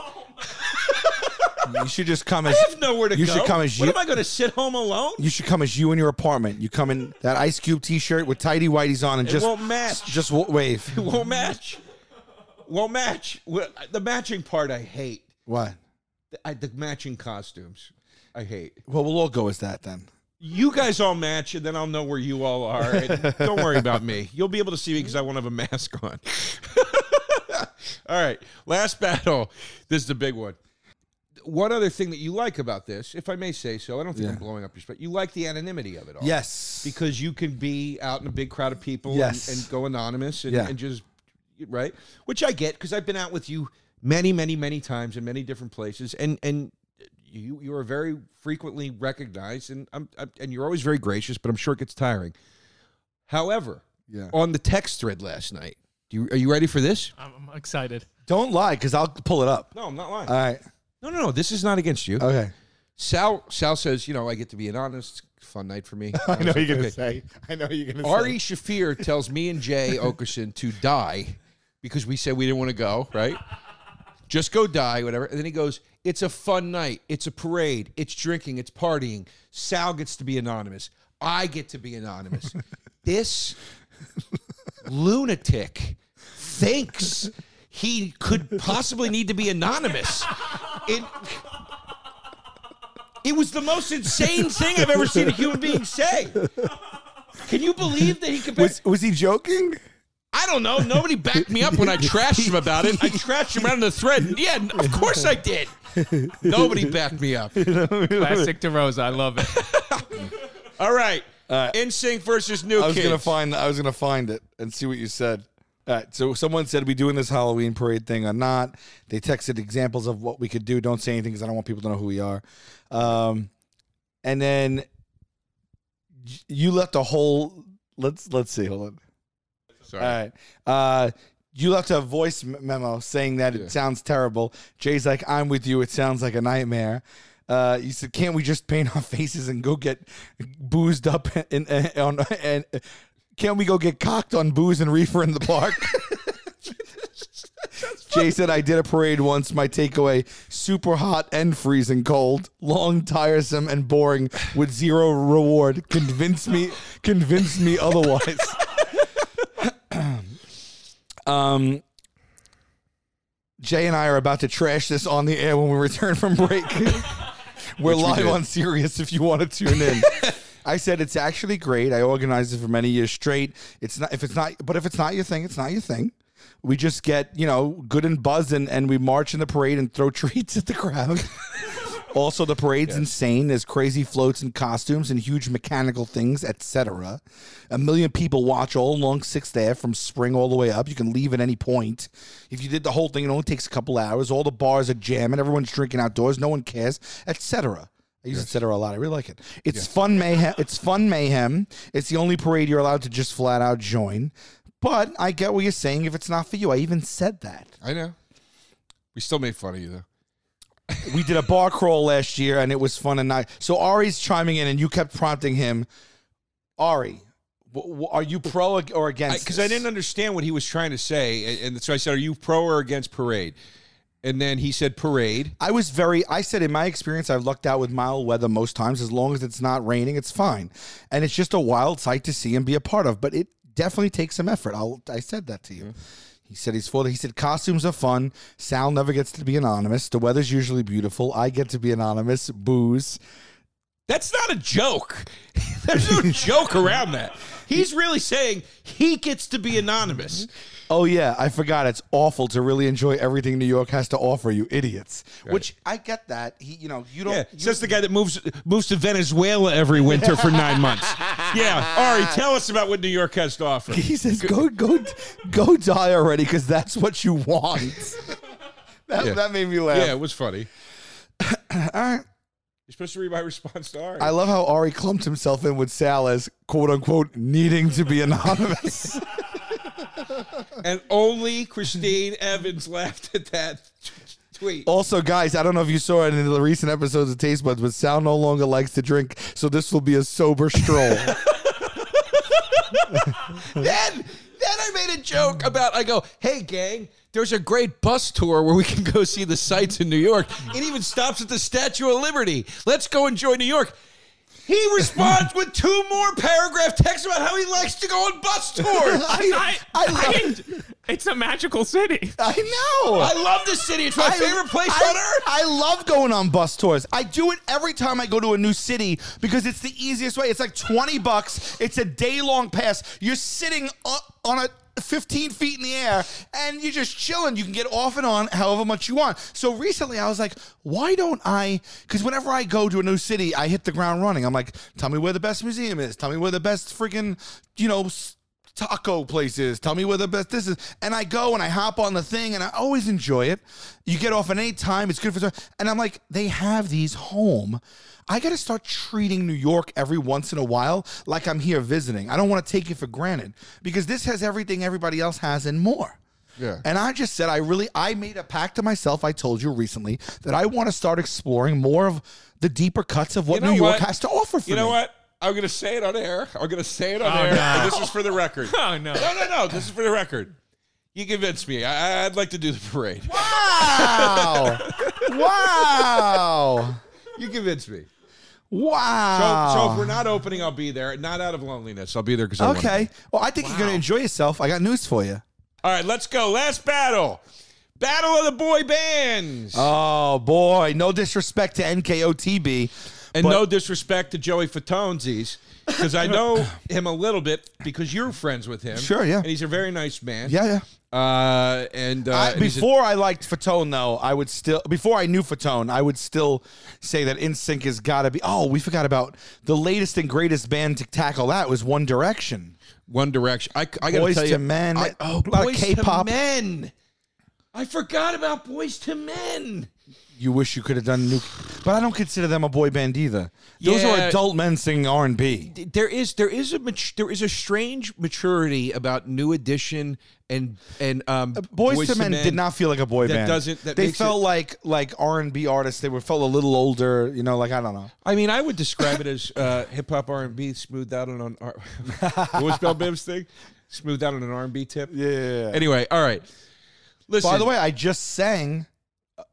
Speaker 3: You should just come as
Speaker 5: I have nowhere to
Speaker 3: You
Speaker 5: go.
Speaker 3: should come as
Speaker 5: What
Speaker 3: you-
Speaker 5: am I going to sit home alone?
Speaker 3: you should come as you in your apartment. You come in that Ice Cube T-shirt with tidy whities on, and
Speaker 5: It
Speaker 3: just
Speaker 5: won't match.
Speaker 3: Just w- wave.
Speaker 5: It won't match. Won't match. Well, The matching part I hate.
Speaker 3: what?
Speaker 5: The, I, the matching costumes I hate.
Speaker 3: Well, we'll all go as that then.
Speaker 5: You guys all match, and then I'll know where you all are. And don't worry about me. You'll be able to see me because I won't have a mask on. all right. Last battle. This is the big one. One other thing that you like about this, if I may say so, I don't think I'm blowing up your spot. You like the anonymity of it all.
Speaker 3: Yes.
Speaker 5: Oh. because you can be out in a big crowd of people
Speaker 3: Yes.
Speaker 5: and, and go anonymous and,
Speaker 3: Yeah.
Speaker 5: and just right which i get because i've been out with you many many many times in many different places and and you you are very frequently recognized and i'm, I'm and you're always very gracious but i'm sure it gets tiring however
Speaker 3: Yeah.
Speaker 5: on the text thread last night do you, are you ready for this
Speaker 4: I'm, I'm excited.
Speaker 3: Don't lie, because I'll pull it up.
Speaker 5: no i'm not lying
Speaker 3: All right.
Speaker 5: Uh, no no no this is not against you
Speaker 3: Okay.
Speaker 5: sal sal says you know i get to be an honest fun night for me i was like, okay.
Speaker 3: say. I know you're gonna
Speaker 5: Ari Shafir tells me and Jay Okerson to die because we said we didn't want to go, right? Just go die, whatever. And then he goes, It's a fun night. It's a parade. It's drinking. It's partying. Sal gets to be anonymous. I get to be anonymous. this lunatic thinks he could possibly need to be anonymous. It, it was the most insane thing I've ever seen a human being say. Can you believe that he could?
Speaker 3: Was was he joking?
Speaker 5: I don't know. Nobody backed me up when I trashed him about it. I trashed him around the thread. Yeah, of course I did. Nobody backed me up.
Speaker 4: Classic DeRosa. I love it.
Speaker 5: All right. NSYNC versus New
Speaker 3: I was
Speaker 5: Kids.
Speaker 3: gonna find. I was gonna find it and see what you said. All right. So someone said we doing this Halloween parade thing or not? They texted examples of what we could do. Don't say anything because I don't want people to know who we are. Um, and then j- you left a whole. Let's let's see. Hold on.
Speaker 5: Sorry.
Speaker 3: All right. Uh, you left a voice m- memo saying that
Speaker 5: Yeah.
Speaker 3: it sounds terrible. Jay's like, I'm with you. It sounds like a nightmare. Uh, you said, can't we just paint our faces and go get boozed up and, and, on and can we go get cocked on booze and reefer in the park? Jason, I did a parade once. My takeaway super hot and freezing cold, long, tiresome, and boring with zero reward. Convince me, convince me otherwise. um, Jay and I are about to trash this on the air when we return from break. We're live on Sirius if you want to tune in. I said it's actually great. I organized it for many years straight. It's not if it's not but if it's not your thing, it's not your thing. We just get, you know, good and buzz and, and we march in the parade and throw treats at the crowd. also the parade's insane. There's crazy floats and costumes and huge mechanical things, etc. A million people watch all along Sixth Ave from spring all the way up. You can leave at any point. If you did the whole thing, it only takes a couple hours. All the bars are jamming, everyone's drinking outdoors, no one cares, etc. I use etc. a lot. I really like it. It's fun mayhem. It's fun mayhem. It's the only parade you're allowed to just flat out join. But I get what you're saying. If it's not for you, I even said that.
Speaker 5: I know. We still made fun of you though.
Speaker 3: we did a bar crawl last year and it was fun and nice. So Ari's chiming in and you kept prompting him, Ari, w- w- are you pro ag- or against?
Speaker 5: because I,
Speaker 3: this?"
Speaker 5: didn't understand what he was trying to say, a- and, so I said, "Are you pro or against parade?" And then he said, "Parade."
Speaker 3: I was very. I said in my experience, I've lucked out with mild weather most times. As long as it's not raining, it's fine, and it's just a wild sight to see and be a part of. But it definitely takes some effort. I'll, I said that to you.
Speaker 5: Mm-hmm.
Speaker 3: He said he's full. He said costumes are fun. Sal never gets to be anonymous. The weather's usually beautiful. I get to be anonymous. Booze.
Speaker 5: That's not a joke. There's no joke around that. He's really saying he gets to be anonymous.
Speaker 3: Oh yeah, I forgot. It's awful to really enjoy everything New York has to offer you, idiots. Which I get that. He, you know, you don't.
Speaker 5: Yeah,
Speaker 3: you-
Speaker 5: says the guy that moves moves to Venezuela every winter for nine months. Yeah, Ari, tell us about what New York has to offer.
Speaker 3: He says, "Go, go, go, die already, because that's what you want." that,
Speaker 5: Yeah.
Speaker 3: that made me laugh.
Speaker 5: Yeah, it was funny.
Speaker 3: All right.
Speaker 5: You're supposed to read my response to Ari.
Speaker 3: I love how Ari clumped himself in with Sal as "quote unquote" needing to be anonymous.
Speaker 5: and only Christine Evans laughed at that tweet.
Speaker 3: also, guys, I don't know if you saw it in the recent episodes of Taste Buds, but Sal no longer likes to drink, so this will be a sober stroll.
Speaker 5: then then I made a joke about I go, hey gang, there's a great bus tour where we can go see the sights in New York. It even stops at the Statue of Liberty. Let's go enjoy New York. He responds with two more paragraph texts about how he likes to go on bus tours.
Speaker 4: I,
Speaker 3: I
Speaker 4: I, it's a magical city.
Speaker 3: I know.
Speaker 5: I love this city. It's my favorite place
Speaker 3: I,
Speaker 5: on earth.
Speaker 3: I love going on bus tours. I do it every time I go to a new city because it's the easiest way. It's like 20 bucks. It's a day long pass. You're sitting o- on a 15 feet in the air and you're just chilling. You can get off and on however much you want. So recently I was like, why don't I? Because whenever I go to a new city, I hit the ground running. I'm like, tell me where the best museum is. Tell me where the best freaking, you know, s- taco places. Tell me where the best this is. And I go and I hop on the thing and I always enjoy it. You get off at any time. It's good for and I'm like, they have these home. I gotta start treating New York every once in a while like I'm here visiting. I don't want to take it for granted because this has everything everybody else has and more.
Speaker 5: Yeah.
Speaker 3: And I just said I really I made a pact to myself. I told you recently that I want to start exploring more of the deeper cuts of what
Speaker 5: You know
Speaker 3: New York
Speaker 5: what?
Speaker 3: has to offer for
Speaker 5: You know
Speaker 3: me.
Speaker 5: what? I'm gonna say it on air. I'm gonna say it on
Speaker 4: Oh,
Speaker 5: air.
Speaker 4: no.
Speaker 5: And this is for the record.
Speaker 4: Oh, no.
Speaker 5: No, no, no. This is for the record. You convinced me. I, I'd like to do the parade.
Speaker 3: Wow! wow!
Speaker 5: You convinced me. So,
Speaker 3: Wow.
Speaker 5: so if we're not opening, I'll be there. Not out of loneliness. I'll be there because I want to.
Speaker 3: okay. Well, I think you're going to enjoy yourself. I got news for you.
Speaker 5: All right, let's go. Last battle. Battle of the boy bands.
Speaker 3: Oh, boy. No disrespect to NKOTB.
Speaker 5: and no disrespect to Joey Fatonzi's, because I know him a little bit because you're friends with him.
Speaker 3: Sure, yeah.
Speaker 5: And he's a very nice man.
Speaker 3: Yeah, yeah.
Speaker 5: Uh, and uh,
Speaker 3: I,
Speaker 5: and he's a-
Speaker 3: before I liked Fatone, though, I would still, before I knew Fatone, I would still say that NSYNC has got to be. Oh, we forgot about the latest and greatest band to tackle that was One Direction.
Speaker 5: One Direction. I, I gotta
Speaker 3: Boyz
Speaker 5: tell
Speaker 3: II
Speaker 5: you,
Speaker 3: Men,
Speaker 5: I, oh,
Speaker 3: a lot of
Speaker 5: Boys
Speaker 3: K-pop.
Speaker 5: to Men. I forgot about Boys to Men.
Speaker 3: You wish you could have done new, but I don't consider them a boy band either. Those
Speaker 5: Yeah.
Speaker 3: are adult men singing R&B.
Speaker 5: there is there is a mat- there is a strange maturity about New Edition and and um,
Speaker 3: Boys, to Uh, Men, did not feel like a boy
Speaker 5: That
Speaker 3: band.
Speaker 5: doesn't- that
Speaker 3: they
Speaker 5: makes
Speaker 3: felt
Speaker 5: it-
Speaker 3: like like R and B artists. They were felt a little older. You know, like I don't know.
Speaker 5: I mean, I would describe it as uh, hip hop R and B smoothed out on an R. what was Bell Bibbs thing? Smoothed out on an R and B tip.
Speaker 3: Yeah.
Speaker 5: Anyway, all right. Listen,
Speaker 3: By the way, I just sang.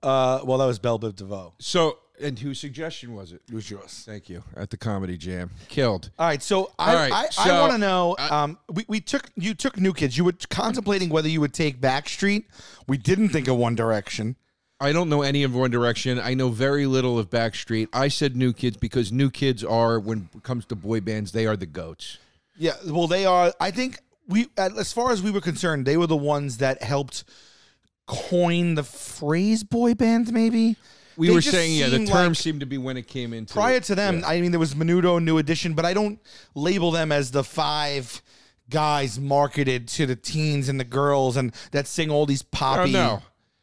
Speaker 3: Uh, well, that was Belle Biv DeVoe.
Speaker 5: so and whose suggestion was it? It was yours. Thank you. At the comedy jam, killed.
Speaker 3: All right, so I
Speaker 5: All right,
Speaker 3: I,
Speaker 5: so-
Speaker 3: I want to know. Um, we, we took you took New Kids. You were contemplating whether you would take Backstreet. We didn't think of One Direction.
Speaker 5: I don't know any of One Direction. I know very little of Backstreet. I said New Kids because New Kids are, when it comes to boy bands, they are the goats.
Speaker 3: Yeah, well, they are. I think we, at- as far as we were concerned, they were the ones that helped coin the phrase boy band. Maybe
Speaker 5: We
Speaker 3: They
Speaker 5: were
Speaker 3: just
Speaker 5: saying, yeah, the
Speaker 3: seem
Speaker 5: term
Speaker 3: like-
Speaker 5: seemed to be when it came into
Speaker 3: prior to them, I mean, there was Menudo, New Edition, but I don't label them as the five guys marketed to the teens and the girls and that sing all these
Speaker 5: I
Speaker 3: poppy.
Speaker 5: don't know.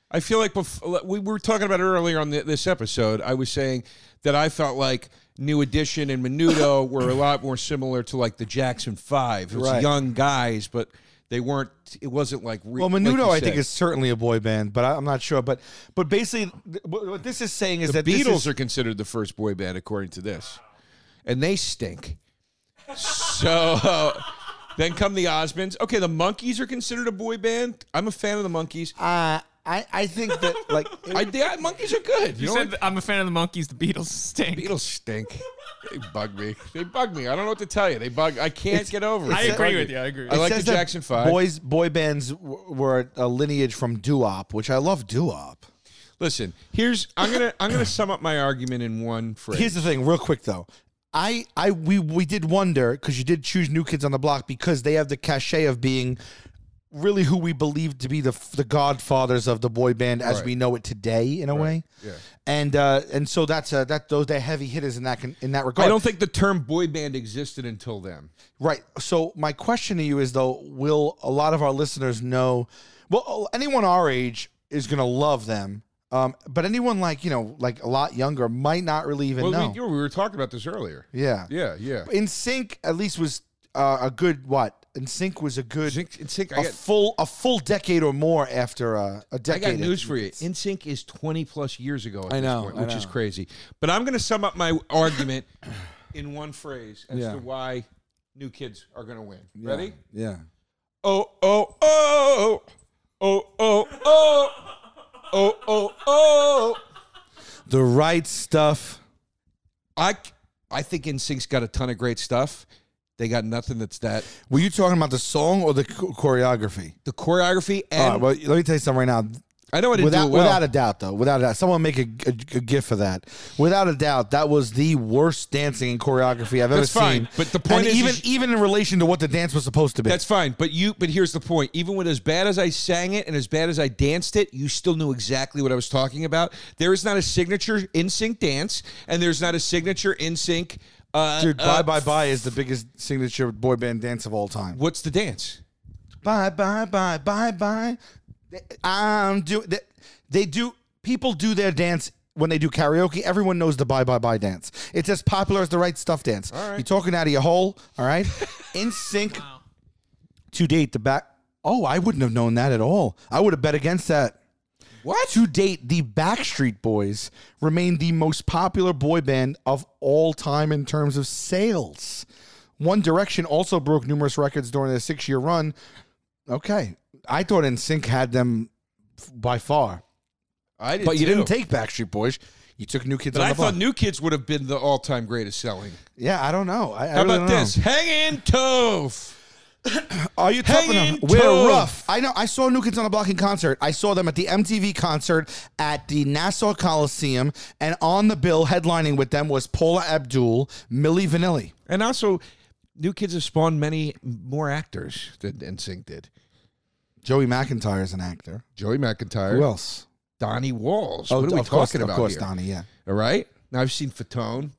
Speaker 5: I feel like bef- we were talking about it earlier on th this episode. I was saying that I felt like New Edition and Menudo were a lot more similar to like the Jackson Five. It was
Speaker 3: Right.
Speaker 5: young guys, but they weren't. It wasn't like re-
Speaker 3: Well,
Speaker 5: like
Speaker 3: Menudo,
Speaker 5: you
Speaker 3: I think,
Speaker 5: said.
Speaker 3: is certainly a boy band, but I, I'm not sure. But but basically, th- what what this is saying is that this
Speaker 5: Beatles
Speaker 3: is-
Speaker 5: are considered the first boy band according to this, and they stink. so then come the Osmonds. Okay, the Monkeys are considered a boy band. I'm a fan of the Monkeys.
Speaker 3: Uh, I I think that like
Speaker 5: I, the Monkeys are good.
Speaker 4: You,
Speaker 5: know
Speaker 4: said
Speaker 5: what?
Speaker 4: that I'm a fan of the monkeys. The Beatles stink.
Speaker 5: Beatles stink. They bug me. They bug me. I don't know what to tell you. They bug. I can't
Speaker 3: It's-
Speaker 5: get over it.
Speaker 4: I
Speaker 5: They
Speaker 4: agree
Speaker 5: bug
Speaker 4: with
Speaker 5: me.
Speaker 4: you. I agree.
Speaker 5: I
Speaker 4: It
Speaker 5: like the
Speaker 3: says that
Speaker 5: Jackson Five.
Speaker 3: Boys, boy bands w- were a lineage from doo-wop, which I love doo-wop.
Speaker 5: Listen, here's I'm gonna I'm gonna sum up my argument in one phrase.
Speaker 3: Here's the thing, real quick though. I, I we we did wonder because you did choose New Kids on the Block because they have the cachet of being really who we believe to be the the godfathers of the boy band as
Speaker 5: Right.
Speaker 3: we know it today in a way.
Speaker 5: yeah.
Speaker 3: And uh, and so that's uh, that those they're heavy hitters in that con, in that regard.
Speaker 5: I don't think the term boy band existed until then.
Speaker 3: Right. So my question to you is though, will a lot of our listeners know? Well, anyone our age is going to love them, um, but anyone like you know, like a lot younger, might not really even
Speaker 5: Well,
Speaker 3: know.
Speaker 5: we, you know, we were talking about this earlier.
Speaker 3: yeah.
Speaker 5: Yeah, yeah.
Speaker 3: In sync, at least was uh, a good what? In sync was a good
Speaker 5: Sync- NSYNC, I
Speaker 3: a
Speaker 5: got-
Speaker 3: full a full decade or more after uh, a
Speaker 5: I
Speaker 3: decade.
Speaker 5: got news for you. NSYNC is 20 plus years ago at
Speaker 3: I know,
Speaker 5: this point,
Speaker 3: I
Speaker 5: which is
Speaker 3: know.
Speaker 5: crazy. But I'm going to sum up my argument in one phrase as
Speaker 3: Yeah.
Speaker 5: to why new kids are going to win. Ready?
Speaker 3: Yeah.
Speaker 5: Oh, oh, oh. Oh, oh, oh. Oh, oh, oh.
Speaker 3: The right stuff.
Speaker 5: I, I think NSYNC's got a ton of great stuff. They got nothing that's that.
Speaker 3: Were you talking about the song or the cho- choreography?
Speaker 5: The choreography
Speaker 3: All
Speaker 5: and
Speaker 3: right, well, let me tell you something right now.
Speaker 5: I know I didn't
Speaker 3: without,
Speaker 5: do it well.
Speaker 3: without a doubt, though, without a doubt, someone make a, a, a gif of that. Without a doubt, that was the worst dancing and choreography I've
Speaker 5: That's
Speaker 3: ever
Speaker 5: fine,
Speaker 3: seen.
Speaker 5: but the
Speaker 3: And
Speaker 5: point is-
Speaker 3: even
Speaker 5: is-
Speaker 3: even in relation to what the dance was supposed to be.
Speaker 5: That's fine, but you. But here's the point: even with as bad as I sang it and as bad as I danced it, you still knew exactly what I was talking about. There is not a signature in sync dance, and there's not a signature in sync. Uh,
Speaker 3: Dude,
Speaker 5: uh,
Speaker 3: bye bye bye is the biggest signature boy band dance of all time.
Speaker 5: What's the dance?
Speaker 3: Bye bye bye bye bye. I'm do they, they do people do their dance when they do karaoke. Everyone knows the bye bye bye dance. It's as popular as the right stuff dance. You're talking out of your hole. All right, in sync. To date, the back. Oh, I wouldn't have known that at all. I would have bet against that.
Speaker 5: What?
Speaker 3: To date, the Backstreet Boys remain the most popular boy band of all time in terms of sales. One Direction also broke numerous records during their six year run. Okay. I thought NSYNC had them f- by far.
Speaker 5: I did
Speaker 3: But you
Speaker 5: too.
Speaker 3: didn't take Backstreet Boys. You took New Kids
Speaker 5: But
Speaker 3: on
Speaker 5: I
Speaker 3: the Block.
Speaker 5: thought New Kids would have been the all-time greatest selling.
Speaker 3: yeah, I don't know. I, I
Speaker 5: How
Speaker 3: really
Speaker 5: about
Speaker 3: don't know.
Speaker 5: this? Hang in, Tove.
Speaker 3: Are you tough
Speaker 5: Hanging
Speaker 3: enough? We're
Speaker 5: tough.
Speaker 3: rough. I know. I saw New Kids on the Block in concert. I saw them at the MTV concert at the Nassau Coliseum, and on the bill headlining with them was Paula Abdul, Millie Vanilli.
Speaker 5: And also, New Kids have spawned many more actors than NSYNC did.
Speaker 3: Joey McIntyre is an actor.
Speaker 5: Joey McIntyre,
Speaker 3: Who else?
Speaker 5: Donnie Walls. what are we
Speaker 3: Oh, of course,
Speaker 5: talking about
Speaker 3: Of course,
Speaker 5: here?
Speaker 3: Donnie. Yeah.
Speaker 5: All right. Now I've seen Fatone.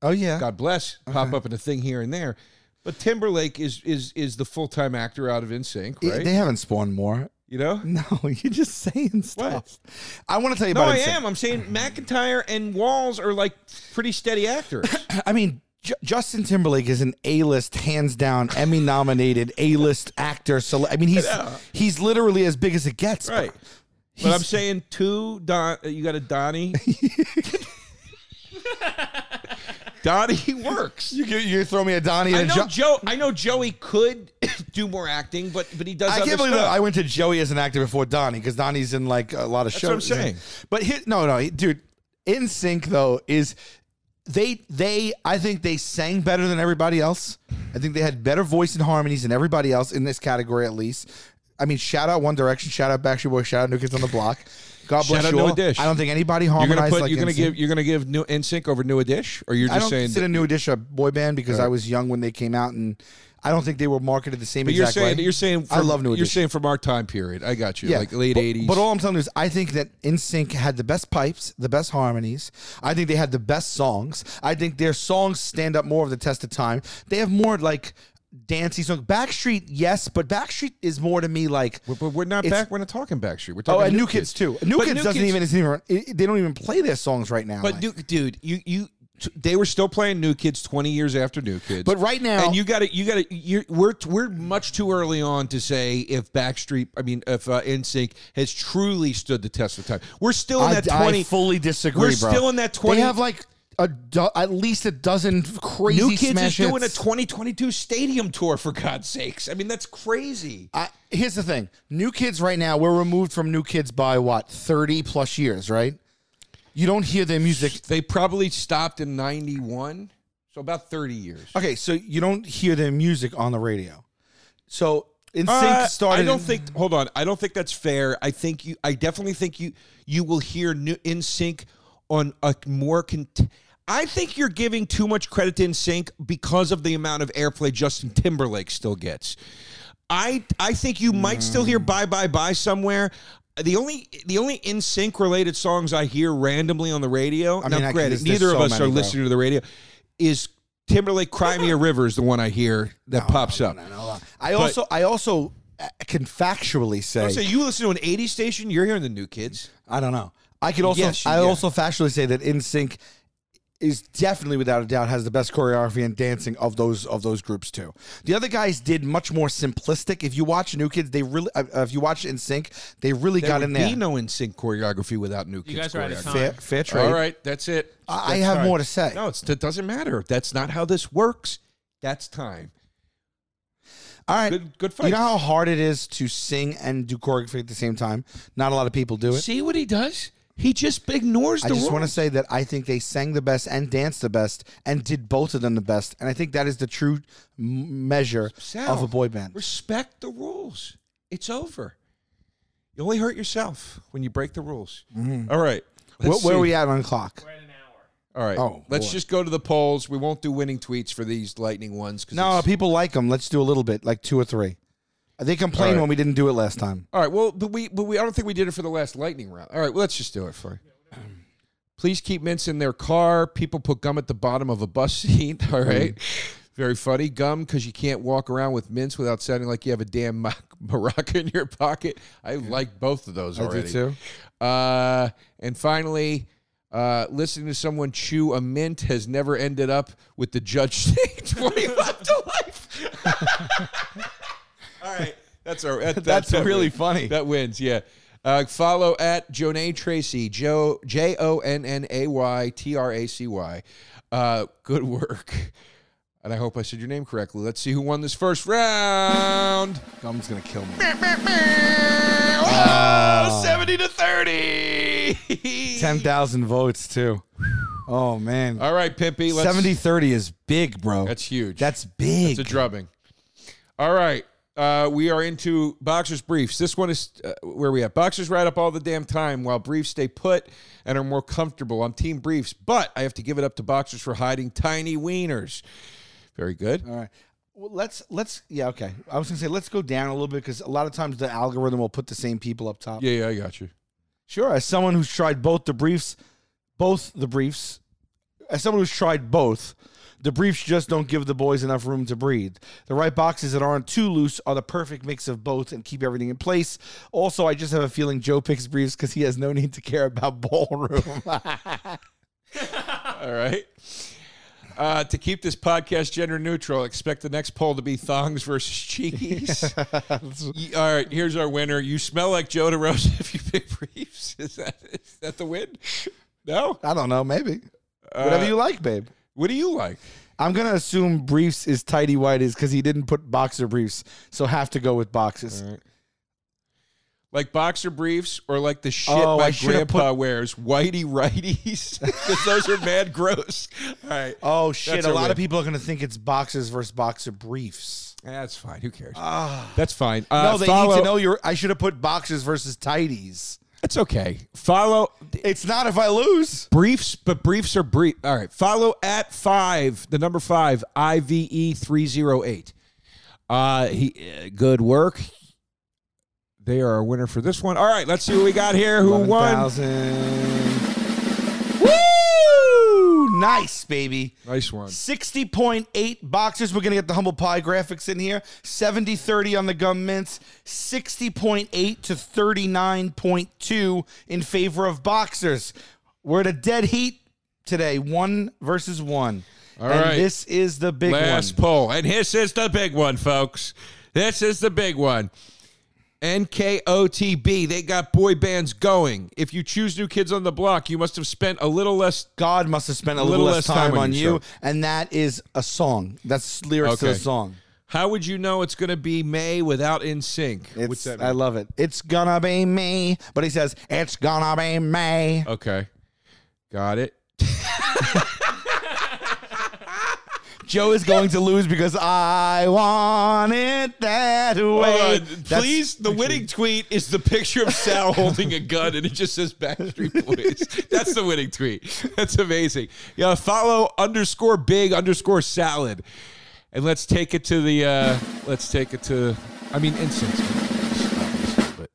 Speaker 3: Oh yeah.
Speaker 5: God bless, pop up in a thing here and there. But Timberlake is is is the full time actor out of NSYNC,
Speaker 3: I-
Speaker 5: right?
Speaker 3: They haven't spawned more.
Speaker 5: you know?
Speaker 3: No, you're just saying stuff. I want to tell you
Speaker 5: No,
Speaker 3: about.
Speaker 5: I
Speaker 3: NSYNC.
Speaker 5: am. I'm saying McIntyre and Walls are like pretty steady actors.
Speaker 3: I mean, J- Justin Timberlake is an A-list, hands down, Emmy-nominated A-list actor. So I mean, he's he's literally as big as it gets. bro.
Speaker 5: Right. But I'm saying two Don you got a Donnie. Donnie works.
Speaker 3: You you throw me a Donnie
Speaker 5: I
Speaker 3: and a
Speaker 5: know
Speaker 3: jo-
Speaker 5: Joe I know Joey could
Speaker 2: do more acting, but but he does.
Speaker 3: I
Speaker 2: other
Speaker 3: can't believe
Speaker 2: stuff.
Speaker 3: that I went to Joey as an actor before Donnie because Donnie's in like a lot of
Speaker 2: what I'm
Speaker 3: shows.
Speaker 2: saying.
Speaker 3: But here, no, no, dude. In sync though is they they I think they sang better than everybody else. I think they had better voice and harmonies than everybody else in this category at least. I mean, shout out One Direction, shout out Backstreet Boys, shout out New Kids on the Block. God bless
Speaker 2: Shout out
Speaker 3: you
Speaker 2: Noah
Speaker 3: all.
Speaker 2: Dish.
Speaker 3: I don't think anybody
Speaker 2: You're gonna
Speaker 3: harmonized
Speaker 2: put.
Speaker 3: like
Speaker 2: you're gonna
Speaker 3: NSYNC.
Speaker 2: give. You're gonna give new NSYNC over new a dish, or you're
Speaker 3: I
Speaker 2: just
Speaker 3: don't
Speaker 2: saying.
Speaker 3: consider New Edition a boy band because I was young when they came out, and I don't think they were marketed the same.
Speaker 2: but you're
Speaker 3: exact
Speaker 2: saying
Speaker 3: way.
Speaker 2: you're saying. From,
Speaker 3: I love New
Speaker 2: You're
Speaker 3: Edition.
Speaker 2: saying from our time period. I got you. Like late
Speaker 3: but-
Speaker 2: '80s.
Speaker 3: But all I'm telling you is, I think that NSYNC had the best pipes, the best harmonies. I think they had the best songs. I think their songs stand up more of the test of time. They have more like dancey songs. Backstreet, yes, but Backstreet is more to me like.
Speaker 2: But- but we're not
Speaker 3: it's-
Speaker 2: back. We're not talking Backstreet. We're
Speaker 3: Oh,
Speaker 2: talking
Speaker 3: and New Kids, too. New
Speaker 2: But
Speaker 3: Kids doesn't
Speaker 2: Kids-
Speaker 3: even isn't even it- it- they don't even play their songs right now.
Speaker 2: But
Speaker 3: like.
Speaker 2: New, dude, you you t- they were still playing New Kids 20 years after New Kids.
Speaker 3: But right now-
Speaker 2: and you got to you got to you we're we're much too early on to say if Backstreet, I mean if uh, NSYNC has truly stood the test of time. We're still in
Speaker 3: I,
Speaker 2: that
Speaker 3: I
Speaker 2: 20
Speaker 3: fully disagree.
Speaker 2: We're
Speaker 3: bro.
Speaker 2: still in that 20
Speaker 3: They have like a do- at least a dozen crazy
Speaker 2: New Kids
Speaker 3: smash
Speaker 2: is doing a
Speaker 3: hits.
Speaker 2: 2022 stadium tour for God's sakes. I mean that's crazy.
Speaker 3: I, here's the thing new kids right now we're removed from new kids by what 30 plus years right you don't hear their music
Speaker 2: They probably stopped in 91, so about 30 years.
Speaker 3: okay so you don't hear their music on the radio so in
Speaker 2: Uh,
Speaker 3: sync started
Speaker 2: I don't
Speaker 3: in-
Speaker 2: think. Hold on. I don't think that's fair. I think you. I definitely think you. You will hear new in sync on a more. Cont- I think you're giving too much credit to sync because of the amount of airplay Justin Timberlake still gets. I I think you might still hear "Bye Bye Bye" somewhere. The only the only in sync related songs I hear randomly on the radio.
Speaker 3: I
Speaker 2: now,
Speaker 3: mean, I can-
Speaker 2: granted,
Speaker 3: there's- there's
Speaker 2: neither of
Speaker 3: so
Speaker 2: us
Speaker 3: many,
Speaker 2: are
Speaker 3: bro.
Speaker 2: listening to the radio. Is Timberlake "Cry Me a River" is the one I hear
Speaker 3: Oh,
Speaker 2: that pops up.
Speaker 3: i also i also uh, can factually say
Speaker 2: So you listen to an 80s station, you're hearing the new kids.
Speaker 3: i don't know i could also
Speaker 2: Yes,
Speaker 3: i
Speaker 2: yeah.
Speaker 3: also factually say that in sync is definitely without a doubt has the best choreography and dancing of those of those groups too. The other guys did much more simplistic. If you watch New Kids, they really uh, uh, if you watch In Sync, they really
Speaker 2: There
Speaker 3: got
Speaker 2: would
Speaker 3: in there.
Speaker 2: be no in sync choreography without new kids.
Speaker 4: You guys are out of
Speaker 2: choreography.
Speaker 4: time.
Speaker 3: fair, fair trade.
Speaker 2: All right, that's it.
Speaker 3: I- I
Speaker 2: That's
Speaker 3: have
Speaker 2: time.
Speaker 3: more to say.
Speaker 2: No, it's, it doesn't matter. That's not how this works. That's time.
Speaker 3: All right.
Speaker 2: Good- good fight.
Speaker 3: You know how hard it is to sing and do choreography at the same time. Not a lot of people do it.
Speaker 2: See what he does? He just ignores
Speaker 3: I
Speaker 2: the
Speaker 3: just want to
Speaker 2: rules.
Speaker 3: say that I think they sang the best and danced the best and did both of them the best, and I think that is the true m- measure
Speaker 2: Sal,
Speaker 3: of a boy band.
Speaker 2: Respect the rules. It's over. You only hurt yourself when you break the rules. All right.
Speaker 3: Mm-hmm. Where,
Speaker 2: let's
Speaker 3: where are
Speaker 2: see.
Speaker 3: we at on the clock?
Speaker 4: We're at an hour.
Speaker 2: All right.
Speaker 3: Oh,
Speaker 2: let's
Speaker 3: boy.
Speaker 2: just go to the polls. We won't do winning tweets for these lightning ones. 'cause
Speaker 3: No,
Speaker 2: it's-
Speaker 3: people like them. Let's do a little bit, like two or three. Uh, They complained
Speaker 2: All right.
Speaker 3: when we didn't do it last time.
Speaker 2: All right. Well, but we, but we, I don't think we did it for the last lightning round. All right. Well, let's just do it for. Please keep mints in their car. People put gum at the bottom of a bus seat. All
Speaker 3: Mm-hmm.
Speaker 2: right. Very funny. Gum because you can't walk around with mints without sounding like you have a damn ma- maraca in your pocket. I like both of those
Speaker 3: I do
Speaker 2: already.
Speaker 3: too.
Speaker 2: Uh, and finally, uh, listening to someone chew a mint has never ended up with the judge saying 25 to life. All right. That's our. that- that-
Speaker 3: That's
Speaker 2: that
Speaker 3: really
Speaker 2: wins.
Speaker 3: funny.
Speaker 2: That wins, yeah. Uh, follow at Jonay Tracy, Jo J O N N A Y T R A C Y. Uh, good work, and I hope I said your name correctly. Let's see who won this first round.
Speaker 3: Gum's gonna kill me. Ah.
Speaker 2: Oh, 70 to thirty.
Speaker 3: Ten thousand votes too. Oh man,
Speaker 2: All right, Pimpy. Let's,
Speaker 3: 70 30 is big, bro.
Speaker 2: That's huge.
Speaker 3: That's
Speaker 2: It's
Speaker 3: big.
Speaker 2: a drubbing. All right. Uh, we are into boxers briefs. This one is uh, where we at. Boxers ride up all the damn time while briefs stay put and are more comfortable. I'm team briefs, but I have to give it up to boxers for hiding tiny wieners. Very good.
Speaker 3: All right. Well, let's let's yeah okay. I was gonna say let's go down a little bit because a lot of times the algorithm will put the same people up top.
Speaker 2: Yeah, yeah, I got you.
Speaker 3: Sure. As someone who's tried both the briefs, both the briefs, as someone who's tried both, the briefs just don't give the boys enough room to breathe. The right boxes that aren't too loose are the perfect mix of both and keep everything in place. Also, I just have a feeling Joe picks briefs because he has no need to care about ballroom.
Speaker 2: All right. Uh, to keep this podcast gender neutral, expect the next poll to be thongs versus cheese. Ye- All right, here's our winner. You smell like Joe DeRosa if you pick briefs. Is that is that the win? No. Uh,
Speaker 3: I don't know. Maybe whatever you like, babe.
Speaker 2: What do you like?
Speaker 3: I'm gonna assume briefs is tidy white is because he didn't put boxer briefs, so have to go with boxes.
Speaker 2: Like boxer briefs or like the shit
Speaker 3: Oh,
Speaker 2: my
Speaker 3: I should've
Speaker 2: grandpa wears, whitey righties? Because those are mad gross. All right.
Speaker 3: Oh shit!
Speaker 2: That's
Speaker 3: a
Speaker 2: a
Speaker 3: lot
Speaker 2: win.
Speaker 3: of people are gonna think it's boxes versus boxer briefs.
Speaker 2: Eh, That's fine. Who cares? That's fine. Uh,
Speaker 3: Ah. no, they need
Speaker 2: follow-
Speaker 3: to know your. I should have put boxes versus tidies.
Speaker 2: It's okay. Follow
Speaker 3: It's not if I lose.
Speaker 2: briefs, but briefs are brief. All right. Follow at five, the number five, IVE three zero eight. Uh, he, uh, good work. They are a winner for this one. All right, let's see what we got here. Who won?
Speaker 3: 11,000. Woo! Nice, baby.
Speaker 2: Nice one.
Speaker 3: 60.8 boxes. We're going to get the humble pie graphics in here. 70 30 on the gum mints. 60.8 to 39.2 in favor of boxers. We're at a dead heat today. One versus one. All right. and
Speaker 2: right.
Speaker 3: This is the big
Speaker 2: Last
Speaker 3: one.
Speaker 2: poll, and this is the big one, folks. This is the big one. NKOTB, they got boy bands going. If you choose New Kids on the Block, you must have spent a little less.
Speaker 3: God must have spent a little, less time, on you,
Speaker 2: sure.
Speaker 3: and that is a song. That's lyrics to
Speaker 2: Okay.
Speaker 3: the song.
Speaker 2: How would you know it's going to be May without In Sync?
Speaker 3: It's,
Speaker 2: What's that?
Speaker 3: I love it. It's gonna be me, but he says it's gonna be me.
Speaker 2: okay, got it.
Speaker 3: Joe is going to lose because I want it that way.
Speaker 2: Hold on.
Speaker 3: uh, That's-
Speaker 2: please, the winning tweet is the picture of Sal holding a gun, and it just says Backstreet Boys. That's the winning tweet. That's amazing. Yeah, follow underscore big underscore salad, and let's take it to the. Uh, let's take it to. I mean, incense. But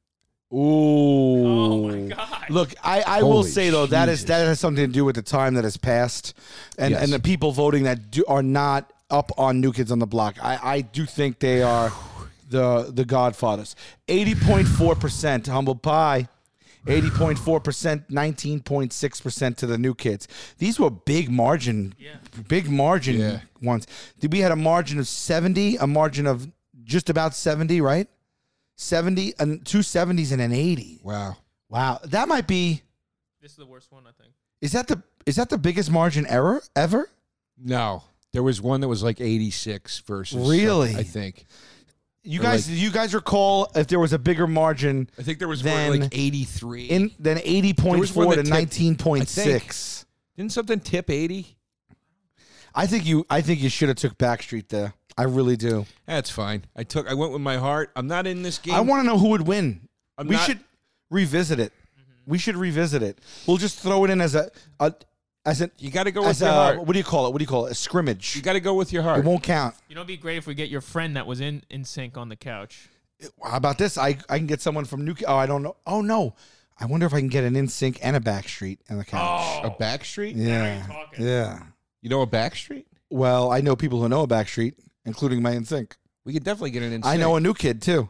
Speaker 4: Oh my god.
Speaker 3: Look, I, I
Speaker 2: Holy
Speaker 3: will say though that is
Speaker 2: Jesus.
Speaker 3: that has something to do with the time that has passed, and
Speaker 2: Yes.
Speaker 3: and the people voting that do, are not up on New Kids on the Block. I, I do think they are the the Godfathers. Eighty point four percent humble pie. 80.4%, 19.6% to the new kids. These were big margin, big margin
Speaker 2: Yeah.
Speaker 3: ones. We had a margin of 70, a margin of just about 70, right? 70, and two 70s and an 80.
Speaker 2: wow.
Speaker 3: Wow, that might be.
Speaker 4: This is the worst one, I think.
Speaker 3: Is that the is that the biggest margin error ever?
Speaker 2: No, there was one that was like eighty six versus.
Speaker 3: Really?
Speaker 2: I think.
Speaker 3: You
Speaker 2: Or
Speaker 3: guys, you guys recall if there was a bigger margin
Speaker 2: I think there was
Speaker 3: Then-
Speaker 2: one like eighty three.
Speaker 3: in than eighty point
Speaker 2: was one
Speaker 3: four to
Speaker 2: that tipped-
Speaker 3: nineteen point six.
Speaker 2: Didn't something tip eighty?
Speaker 3: I think you. I think you should have took Backstreet there. I really do.
Speaker 2: That's fine. I took. I went with my heart. I'm not in this game.
Speaker 3: I want to know who would win.
Speaker 2: I'm
Speaker 3: we
Speaker 2: not-
Speaker 3: should revisit it. We should revisit it. We'll just throw it in as a, a as an
Speaker 2: You got to go with
Speaker 3: as
Speaker 2: your
Speaker 3: a
Speaker 2: heart.
Speaker 3: what do you call it? What do you call it? A
Speaker 2: You
Speaker 3: scrimmage.
Speaker 2: got to go with your
Speaker 3: It
Speaker 2: heart.
Speaker 3: won't count.
Speaker 4: You know, it'd be great if we get your friend that was in in sync on the couch.
Speaker 3: How about this? I, I can get someone from New. Oh, I don't know. Oh no, I wonder if I can get an in sync and a Backstreet in the
Speaker 5: Oh,
Speaker 3: couch.
Speaker 2: A backstreet?
Speaker 3: yeah,
Speaker 4: talking.
Speaker 3: yeah.
Speaker 2: Oh. You know a backstreet?
Speaker 3: Well, I know people who know a Backstreet, including my in sync.
Speaker 2: We could definitely get an in.
Speaker 3: I know a new kid too.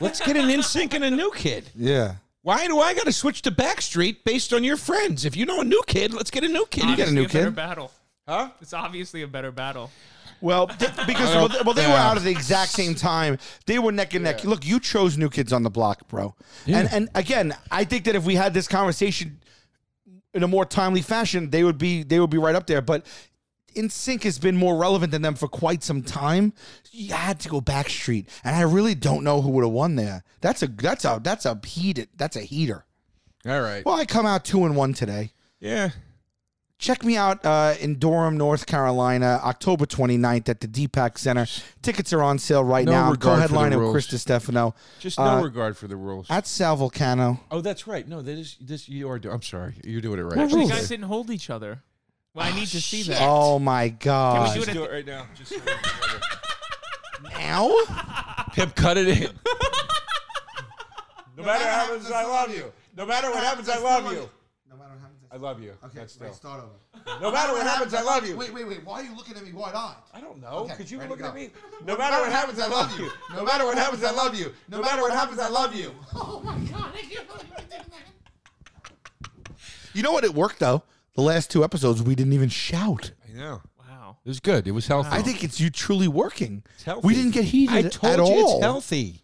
Speaker 2: Let's get an in sync and a new kid.
Speaker 3: Yeah,
Speaker 2: Why do I got to switch to backstreet based on your friends? If you know a new kid, let's get a new kid.
Speaker 3: you get a
Speaker 4: Obviously
Speaker 3: new
Speaker 4: better
Speaker 3: kid?
Speaker 4: battle.
Speaker 2: Huh?
Speaker 4: It's obviously a better battle.
Speaker 3: well, th- because well, th- well, they were out at the exact same time. They were neck and neck. Look, you chose New Kids on the Block, bro. And and again, I think that if we had this conversation in a more timely fashion, they would be they would be right up there. But In Sync has been more relevant than them for quite some time. You had to go Backstreet, and I really don't know who would have won there. That's a that's a that's a heated that's a heater.
Speaker 2: All right.
Speaker 3: Well, I come out two and one today.
Speaker 2: Yeah.
Speaker 3: Check me out uh, in Durham, North Carolina, October 29th at the Deepak Center. Tickets are on sale right
Speaker 2: No
Speaker 3: now. I'm
Speaker 2: regard for the
Speaker 3: co-headlining with
Speaker 2: rules.
Speaker 3: Chris Stefano
Speaker 2: Just no
Speaker 3: Uh,
Speaker 2: regard for the rules.
Speaker 3: at Sal Volcano.
Speaker 2: oh, that's right. No, that is this. You are. Do- I'm sorry. You're doing it right.
Speaker 4: Actually, you
Speaker 3: Rules.
Speaker 4: guys didn't hold each other. Well, I need to see that.
Speaker 3: Oh my
Speaker 4: Can we
Speaker 3: God!
Speaker 4: do it at
Speaker 2: do
Speaker 4: the-
Speaker 2: it right now. Just
Speaker 3: now?
Speaker 2: Pip, cut it in. no matter what happens, I love you. No matter what happens, I love you.
Speaker 3: No matter what happens,
Speaker 2: I love you. Okay,
Speaker 3: start over.
Speaker 2: No matter what happens, I love you.
Speaker 3: wait, wait! Why are you looking at me wide-eyed?
Speaker 2: I don't know because you were
Speaker 3: ready to
Speaker 2: looking at
Speaker 3: go.
Speaker 2: me. No matter what happens, I love you. No matter what happens, I love you. No matter what happens, I love you.
Speaker 3: You know what? It worked though. The last two episodes, we didn't even shout.
Speaker 2: I know.
Speaker 4: Wow.
Speaker 2: It was good. It was healthy.
Speaker 3: I think it's you truly working.
Speaker 2: healthy.
Speaker 3: We didn't get heated
Speaker 2: I told
Speaker 3: at
Speaker 2: you
Speaker 3: all. Ah.
Speaker 2: it's healthy.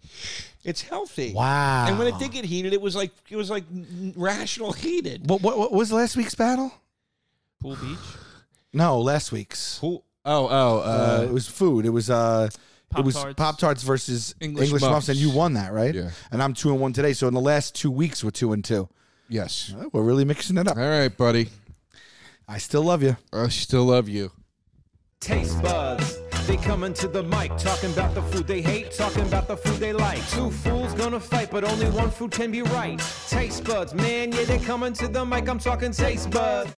Speaker 2: It's healthy.
Speaker 3: Wow.
Speaker 2: And when it did get heated, it was like it was like n- rational heated.
Speaker 3: What, what, what was last week's battle?
Speaker 4: Pool beach.
Speaker 3: No, last week's.
Speaker 2: Who? Oh, oh,
Speaker 3: Uh,
Speaker 2: uh,
Speaker 3: it was food. It was uh, it was
Speaker 4: Pop-Tarts.
Speaker 3: Pop Tarts versus
Speaker 2: English
Speaker 3: English, muffs.
Speaker 2: Muffs.
Speaker 3: and you won that, right?
Speaker 2: Yeah.
Speaker 3: And I'm two and one today. So in the last two weeks, we're two and two.
Speaker 2: yes.
Speaker 3: Oh, We're really mixing it up.
Speaker 2: All right, buddy.
Speaker 3: I still love you.
Speaker 2: I still love you.
Speaker 1: Taste buds. They coming to the mic, talking about the food they hate, talking about the food they like. Two fools gonna fight, but only one food can be right. Taste buds, man, yeah, they coming to the mic. I'm talking taste buds.